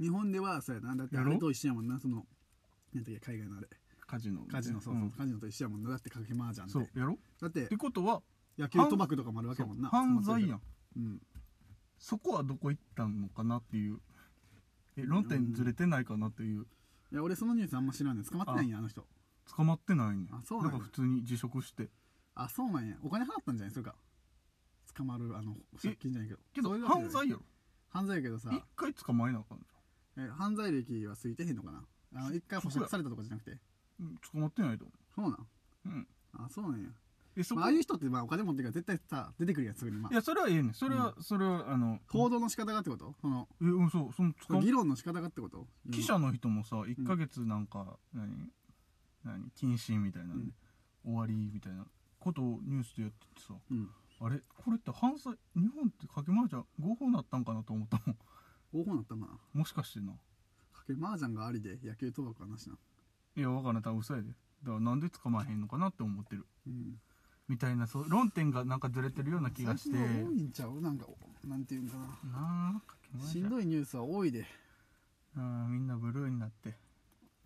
Speaker 1: 日本ではそうやなだってあ
Speaker 2: やろ
Speaker 1: れと一緒やもんなそのなんだっけ海外のあれ
Speaker 2: カジノ
Speaker 1: カジノそうそう、
Speaker 2: ん
Speaker 1: カジノと一緒やもんなだって賭け麻雀って
Speaker 2: そうやろ
Speaker 1: だって
Speaker 2: ってことは
Speaker 1: 野球賭博とかもあるわけやもんな
Speaker 2: そう犯罪や
Speaker 1: ん
Speaker 2: ん
Speaker 1: うん
Speaker 2: そこはどこ行ったのかなっていうえ論点ずれてないかなっていう
Speaker 1: いや俺そのニュースあんま知らんねん捕まってないんやあの人
Speaker 2: 捕まってないねん
Speaker 1: あそうなんや
Speaker 2: だから普通に辞職して
Speaker 1: あそうなんやお金払ったんじゃないそれか捕まるあの借金じゃないけど
Speaker 2: けど
Speaker 1: そういうわじゃ
Speaker 2: 犯
Speaker 1: ない
Speaker 2: 罪やろ
Speaker 1: 犯罪やけどさ
Speaker 2: 一回捕まえなあかんじ
Speaker 1: え犯罪歴は過ぎてへんのかなあの一回保釈されたとかじゃなくて
Speaker 2: ゃんうん捕まってないと思
Speaker 1: そうなん
Speaker 2: ううん
Speaker 1: あそうなんや、
Speaker 2: えそこ、
Speaker 1: まあ、ああいう人ってまあお金持ってるから絶対さ出てくるやんすぐにま
Speaker 2: い
Speaker 1: あ
Speaker 2: やそれはええねんそれは、それはあの
Speaker 1: 報道の仕方がってことその
Speaker 2: えうんそうその
Speaker 1: その
Speaker 2: 捕ま
Speaker 1: 議論の仕方がってこと
Speaker 2: 記者の人もさ1ヶ月なんか、何何謹慎みたいなんで、終わりみたいなことをニュースでやっててさ
Speaker 1: うん
Speaker 2: あれこれって犯罪日本ってかけまじゃ合法なったんかなと思ったもん <laughs>
Speaker 1: 合法なったんかな
Speaker 2: もしかしてな
Speaker 1: かけ麻雀がありで野球賭博はなしない
Speaker 2: やわからん多分嘘やでだからなんで捕まえへんのかなって思ってる
Speaker 1: うん
Speaker 2: みたいなそう論点がなんかずれてるような気がして
Speaker 1: 最近は多いんちゃうなんかなんていうんかな
Speaker 2: なあかけま
Speaker 1: し
Speaker 2: じゃ
Speaker 1: んどいニュースは多いで
Speaker 2: うんみんなブルーになって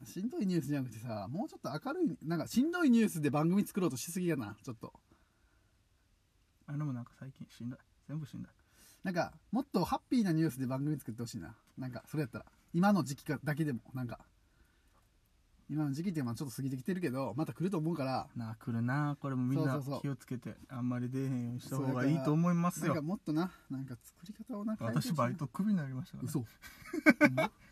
Speaker 1: しんどいニュースじゃなくてさもうちょっと明るいなんかしんどいニュースで番組作ろうとしすぎやなちょっと
Speaker 2: あれもなんか最近しんどい全部しんどい
Speaker 1: なんかもっとハッピーなニュースで番組作ってほしいななんかそれやったら今の時期かだけでもなんか今の時期ってまあちょっと過ぎてきてるけどまた来ると思うから
Speaker 2: なあ来るなあこれもみん
Speaker 1: そ
Speaker 2: な
Speaker 1: うそうそう
Speaker 2: 気をつけてあんまり出えへんようにした
Speaker 1: そう
Speaker 2: 方
Speaker 1: だか
Speaker 2: が
Speaker 1: ら
Speaker 2: いいと思います
Speaker 1: なんか
Speaker 2: よ
Speaker 1: もっとななんか作り方をなんか変えてほしい
Speaker 2: 私
Speaker 1: な
Speaker 2: バイトクビになりましたからね
Speaker 1: 嘘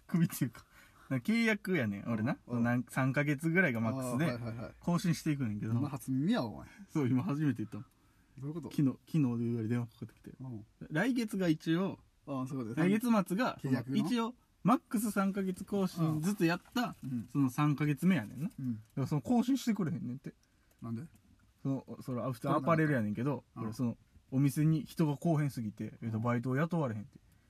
Speaker 2: クビっていうかなんか契約やねん俺な
Speaker 1: うん
Speaker 2: なん3ヶ月ぐらいがマックス
Speaker 1: あー
Speaker 2: で
Speaker 1: はいはいはい
Speaker 2: 更新していくねんけど
Speaker 1: 今初耳やわお前
Speaker 2: そう今初めて言ったの
Speaker 1: どういうこと
Speaker 2: 昨日昨日で言われ電話かかってきて
Speaker 1: うん
Speaker 2: 来月が一応
Speaker 1: ああそういうこと
Speaker 2: 来月末が
Speaker 1: 契約の
Speaker 2: 一応マックス3ヶ月更新ずつやった
Speaker 1: うん、
Speaker 2: その3ヶ月目やねんなだか
Speaker 1: うん、
Speaker 2: らその更新してくれへんねんって
Speaker 1: なんで
Speaker 2: そのそのあ普通
Speaker 1: そうな
Speaker 2: ア
Speaker 1: んだ
Speaker 2: パレルやねんけど
Speaker 1: うん
Speaker 2: 俺そのお店に人が来おへんすぎて、えっと
Speaker 1: うん
Speaker 2: バイトを雇われへんっ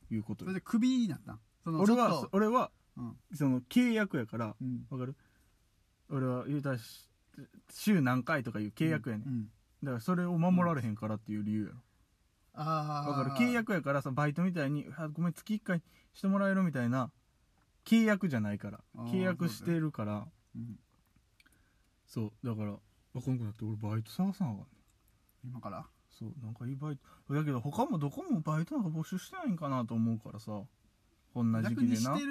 Speaker 2: ていうこと
Speaker 1: そ
Speaker 2: よ
Speaker 1: れでクビになったんその
Speaker 2: 俺
Speaker 1: ちょ
Speaker 2: は
Speaker 1: っと
Speaker 2: 俺は
Speaker 1: うん
Speaker 2: その契約やから
Speaker 1: うん
Speaker 2: わかる俺は言うたらし週何回とかいう契約やねん、
Speaker 1: うん
Speaker 2: だからそれを守られへんからっていう理由やろ
Speaker 1: ああ
Speaker 2: わかる契約やからさバイトみたいにあごめん月1回してもらえるみたいな契約じゃないから
Speaker 1: あー
Speaker 2: 契約してるから
Speaker 1: うん
Speaker 2: そう,、だからあかんくなって俺バイト探さなあかんねん
Speaker 1: 今から
Speaker 2: そうなんかいいバイトだけど他もどこもバイトなんか募集してないんかなと思うからさこんな時
Speaker 1: 逆
Speaker 2: 期
Speaker 1: に
Speaker 2: で
Speaker 1: し
Speaker 2: な
Speaker 1: てる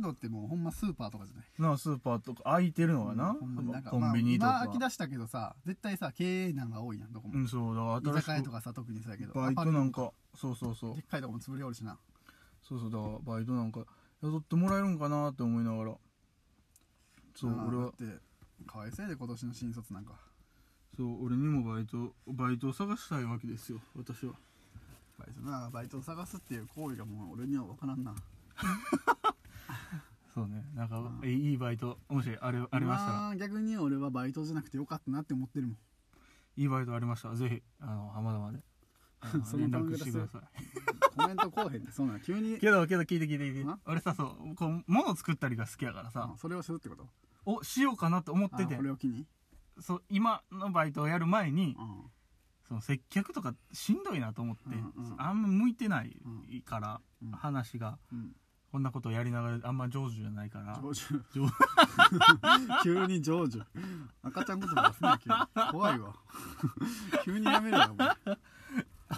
Speaker 1: のってもうほんまスーパーとかじゃない
Speaker 2: なあスーパーとか空いてるのはな,、
Speaker 1: ほんまになんか
Speaker 2: コンビニとか,、
Speaker 1: まあ、今飽き出したけどさ絶対さ経営難が多いやんどこ
Speaker 2: う
Speaker 1: も、
Speaker 2: んそうだか
Speaker 1: 居
Speaker 2: ら
Speaker 1: 酒屋
Speaker 2: 新し
Speaker 1: と
Speaker 2: く
Speaker 1: かさ特にそうやけど
Speaker 2: バイトなんかそうそうそ
Speaker 1: アパレルとか
Speaker 2: う
Speaker 1: でっかいとこも潰れおるしな
Speaker 2: そうそうだからバイトなんか雇ってもらえるんかなって思いながらそう
Speaker 1: あー
Speaker 2: 俺
Speaker 1: だ
Speaker 2: は
Speaker 1: ってかわいそうやで今年の新卒なんか
Speaker 2: そう俺にもバイトバイトを探したいわけですよ私は
Speaker 1: バイトなバイトを探すっていう行為がもう俺には分からんな
Speaker 2: そうねなんか
Speaker 1: うん
Speaker 2: えいいバイトもしあれありましたら
Speaker 1: あ逆に俺はバイトじゃなくてよかったなって思ってるもん
Speaker 2: いいバイトありましたらぜひあの浜田まであ <laughs>
Speaker 1: そ
Speaker 2: の
Speaker 1: の
Speaker 2: 連
Speaker 1: 番組だ
Speaker 2: 絡してください
Speaker 1: コメントこうへんでそんなん急に
Speaker 2: <laughs> けどけど聞いて聞いて聞いて
Speaker 1: ん
Speaker 2: 俺さそうこう物作ったりが好きやからさ
Speaker 1: あ、それをするってこと
Speaker 2: をしようかなと思っ
Speaker 1: あ
Speaker 2: てて
Speaker 1: これを機に、
Speaker 2: そう今のバイトをやる前に
Speaker 1: うん、
Speaker 2: その接客とかしんどいなと思って、
Speaker 1: うんうん
Speaker 2: あんま向いてない
Speaker 1: うん
Speaker 2: から、
Speaker 1: うん
Speaker 2: 話が
Speaker 1: うん
Speaker 2: こんなことをやりながらあんま上手じゃないから
Speaker 1: 成就
Speaker 2: 成
Speaker 1: <laughs> 急に成就赤ちゃん言葉出すな急に怖いわ急にやめるよお前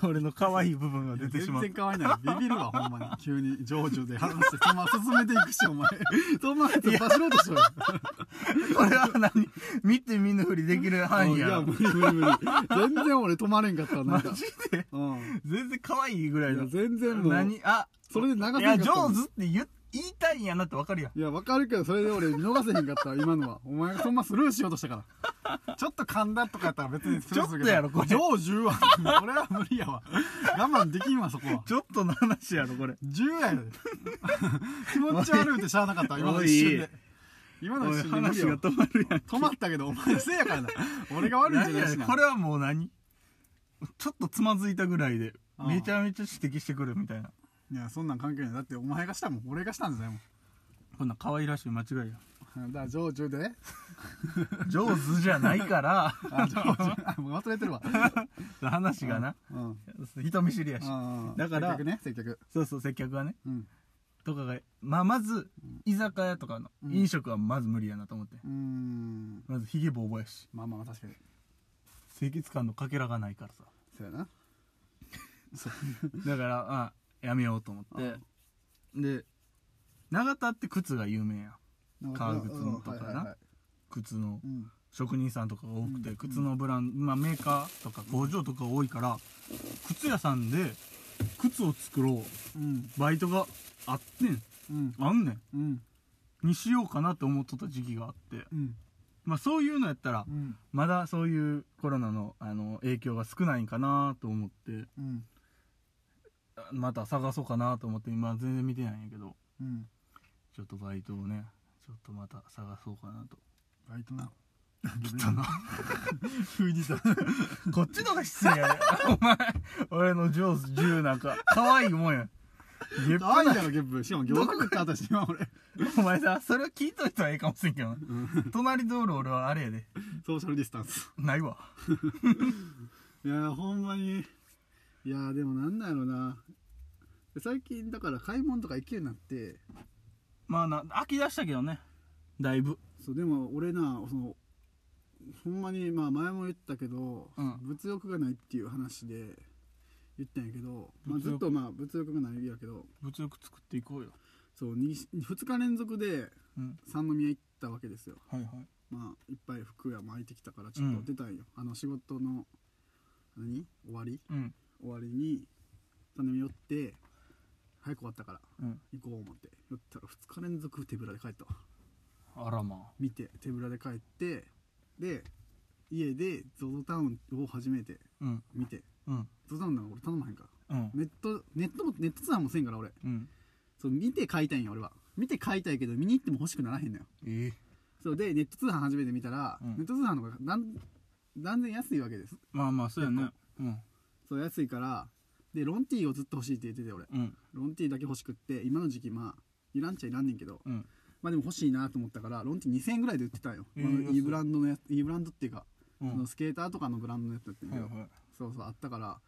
Speaker 2: 俺の可愛い部分が出てしま
Speaker 1: 全
Speaker 2: う
Speaker 1: 然可愛いないビビるわほんまに急に成就で話してそのまま進めていくしお前そんなやつバシろうとしろよ
Speaker 2: これは何見て見ぬふりできる範囲
Speaker 1: いや
Speaker 2: や
Speaker 1: 無理無理無理全然俺止まれんかったわな
Speaker 2: マ
Speaker 1: んか
Speaker 2: ジで
Speaker 1: うん
Speaker 2: 全然可愛いぐらい
Speaker 1: いや
Speaker 2: の
Speaker 1: 全然もう
Speaker 2: 何あ
Speaker 1: それで流せんかっ
Speaker 2: い
Speaker 1: た
Speaker 2: や
Speaker 1: もん
Speaker 2: 上手って言言いたいんやなってわかるやん
Speaker 1: いやわかるけどそれで俺見逃せへんかったわ今のはお前がそんなスルーしようとしたからちょっと噛んだとかやったら別にスルーするけど
Speaker 2: ちょっとやろこれ
Speaker 1: 成就はこれは無理やわ我慢できんわそこは
Speaker 2: ちょっとの話やろこれ
Speaker 1: 10やで気持ち悪いってしゃあなかったわ今の一瞬
Speaker 2: おい
Speaker 1: で今
Speaker 2: お
Speaker 1: の一
Speaker 2: い
Speaker 1: 瞬で無理
Speaker 2: 話
Speaker 1: や
Speaker 2: が
Speaker 1: わ
Speaker 2: 止まるやん
Speaker 1: 止まったけどお前せいやからな俺が悪いんじゃないし
Speaker 2: 何や
Speaker 1: な
Speaker 2: これはもう何ちょっとつまずいたぐらいで
Speaker 1: うん
Speaker 2: めちゃめちゃ指摘してくるみたいない
Speaker 1: やそんなん関係ないだってお前がしたもん俺がしたんじゃないもん
Speaker 2: こんな可愛らしい間違いや
Speaker 1: だから上手で
Speaker 2: 上手じゃないから
Speaker 1: あ上手あもう忘れてるわ
Speaker 2: 話がな
Speaker 1: うん
Speaker 2: 人見知りやし
Speaker 1: うん
Speaker 2: だから
Speaker 1: 接客ね接客
Speaker 2: そうそう接客はね
Speaker 1: うん
Speaker 2: とかがまあまず居酒屋とかの
Speaker 1: うん
Speaker 2: 飲食はまず無理やなと思って
Speaker 1: うーん
Speaker 2: まずヒゲボーボーやし
Speaker 1: まあまあまあ確かに
Speaker 2: 清潔感のかけらがないからさ
Speaker 1: そうやな
Speaker 2: だからあやめようと思ってで永田って靴が有名やん
Speaker 1: なん
Speaker 2: 革靴のとかな
Speaker 1: うんはいはいはい
Speaker 2: 靴の
Speaker 1: うん
Speaker 2: 職人さんとかが多くて、
Speaker 1: うん
Speaker 2: 靴のブランド、まあ、メーカーとか工場とか多いから靴屋さんで靴を作ろう
Speaker 1: うん
Speaker 2: バイトがあってん
Speaker 1: うん
Speaker 2: あんね
Speaker 1: うん
Speaker 2: んにしようかなって思っとった時期があって、
Speaker 1: うん
Speaker 2: まあ、そういうのやったら
Speaker 1: うん
Speaker 2: まだそういうコロナのあの影響が少ないんかなと思って
Speaker 1: うん
Speaker 2: また探そうかなと思って今全然見てないんやけど
Speaker 1: うん
Speaker 2: ちょっとバイトをねちょっとまた探そうかなと
Speaker 5: バイトな
Speaker 2: 汚な急にさ <laughs> こっちの方が失礼やね <laughs> お前俺の上手銃なんか可愛いもんやゲップ
Speaker 1: 可愛いやろゲップしかも餃子食った私今俺
Speaker 2: お前さそれは聞いといたらええかもしれんけどな隣通る俺はあれやで
Speaker 1: ソーシャルディスタンス
Speaker 2: ないわ
Speaker 1: いやーほんまにいやーでもなんなんやろな最近だから買い物とか行けるようになって
Speaker 2: まあな飽き出したけどねだいぶ
Speaker 1: そうでも俺なそのほんまにまあ前も言ったけど、
Speaker 2: うん
Speaker 1: 物欲がないっていう話で言ったんやけど、まあ、
Speaker 2: 物欲
Speaker 1: ずっとまあ物欲がないやけど
Speaker 2: 物欲作っていこうよ
Speaker 1: そう 2, 日連続で
Speaker 2: うん
Speaker 1: 三宮行ったわけですよ
Speaker 2: はいはい
Speaker 1: まあいっぱい服が巻いてきたからちょっと出たんよ、あの仕事の何終わり
Speaker 2: うん
Speaker 1: 終わりに三宮寄って早く終わったから
Speaker 2: うん
Speaker 1: 行こう思って寄ったら2日連続手ぶらで帰ったわ
Speaker 2: あらま
Speaker 1: 見て手ぶらで帰ってで家で ZOZO タウンを初めて
Speaker 2: あうん
Speaker 1: 見て
Speaker 2: うん
Speaker 1: ZOZO タウンなんか俺頼まへんから
Speaker 2: うん
Speaker 1: ネットネットもネットツアーもせんから俺
Speaker 2: うん
Speaker 1: そう見て買いたいんや俺は見て買いたいけど見に行っても欲しくならへんのよ
Speaker 2: ええ
Speaker 1: そうでネット通販初めて見たら、
Speaker 2: うん
Speaker 1: ネット通販の方が断断然安いわけです
Speaker 2: まあまあそうやねうん
Speaker 1: そう安いからでロンティーをずっと欲しいって言ってて俺
Speaker 2: うん
Speaker 1: ロンティーだけ欲しくって今の時期まあいらんちゃいらんねんけど
Speaker 2: うん
Speaker 1: まあでも欲しいなと思ったからロンティー2000円ぐらいで売ってたんよ、
Speaker 2: えー
Speaker 1: まあ
Speaker 2: 安い
Speaker 1: いいブランドのやついいブランドっていうか、そ
Speaker 2: うん
Speaker 1: のスケーターとかのブランドのやつだったんや
Speaker 2: は
Speaker 1: け
Speaker 2: い
Speaker 1: ど、
Speaker 2: はい
Speaker 1: そうそうあったから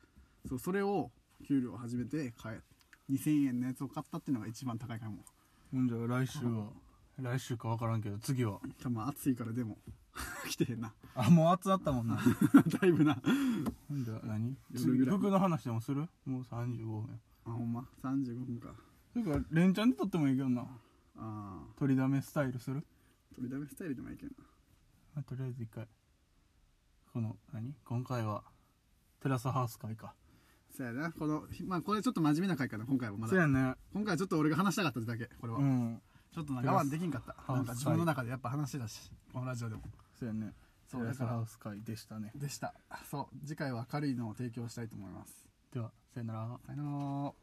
Speaker 1: そうそれを給料を始めて買え2000円のやつを買ったっていうのが一番高いかも
Speaker 2: ほんじゃ来週は来週か分からんけど次は
Speaker 1: 多分暑いからでも <laughs> 来てへんな <laughs>
Speaker 2: あもう暑なったもん <laughs> な
Speaker 1: だいぶな
Speaker 2: ほんじゃ何
Speaker 1: 夜
Speaker 2: 次
Speaker 1: ぐらい
Speaker 2: 服の話でもするもう35分
Speaker 1: あほんま35分か
Speaker 2: てか連チャンで撮ってもいいけどな
Speaker 1: ああ
Speaker 2: 取りだめスタイルする、
Speaker 1: 取りだめスタイルでもいいけどな
Speaker 2: まあとりあえず一回この何今回はテラスハウス会か
Speaker 1: そうやなこのまあこれちょっと真面目な回かな今回はま
Speaker 2: そう
Speaker 1: だ
Speaker 2: やね
Speaker 1: 今回はちょっと俺が話したかっただけこれは、
Speaker 2: うん
Speaker 1: ちょっとなんか我慢できんかった
Speaker 2: ラス
Speaker 1: なんか自分の中でやっぱ話してたしこのラジオでも
Speaker 2: そうやね
Speaker 1: そ
Speaker 2: テ
Speaker 1: う
Speaker 2: ラ
Speaker 1: だ
Speaker 2: ス
Speaker 1: から
Speaker 2: ハウス会でしたね
Speaker 1: でしたそう次回は明るいのを提供したいと思います
Speaker 2: ではさよなら
Speaker 1: さよなら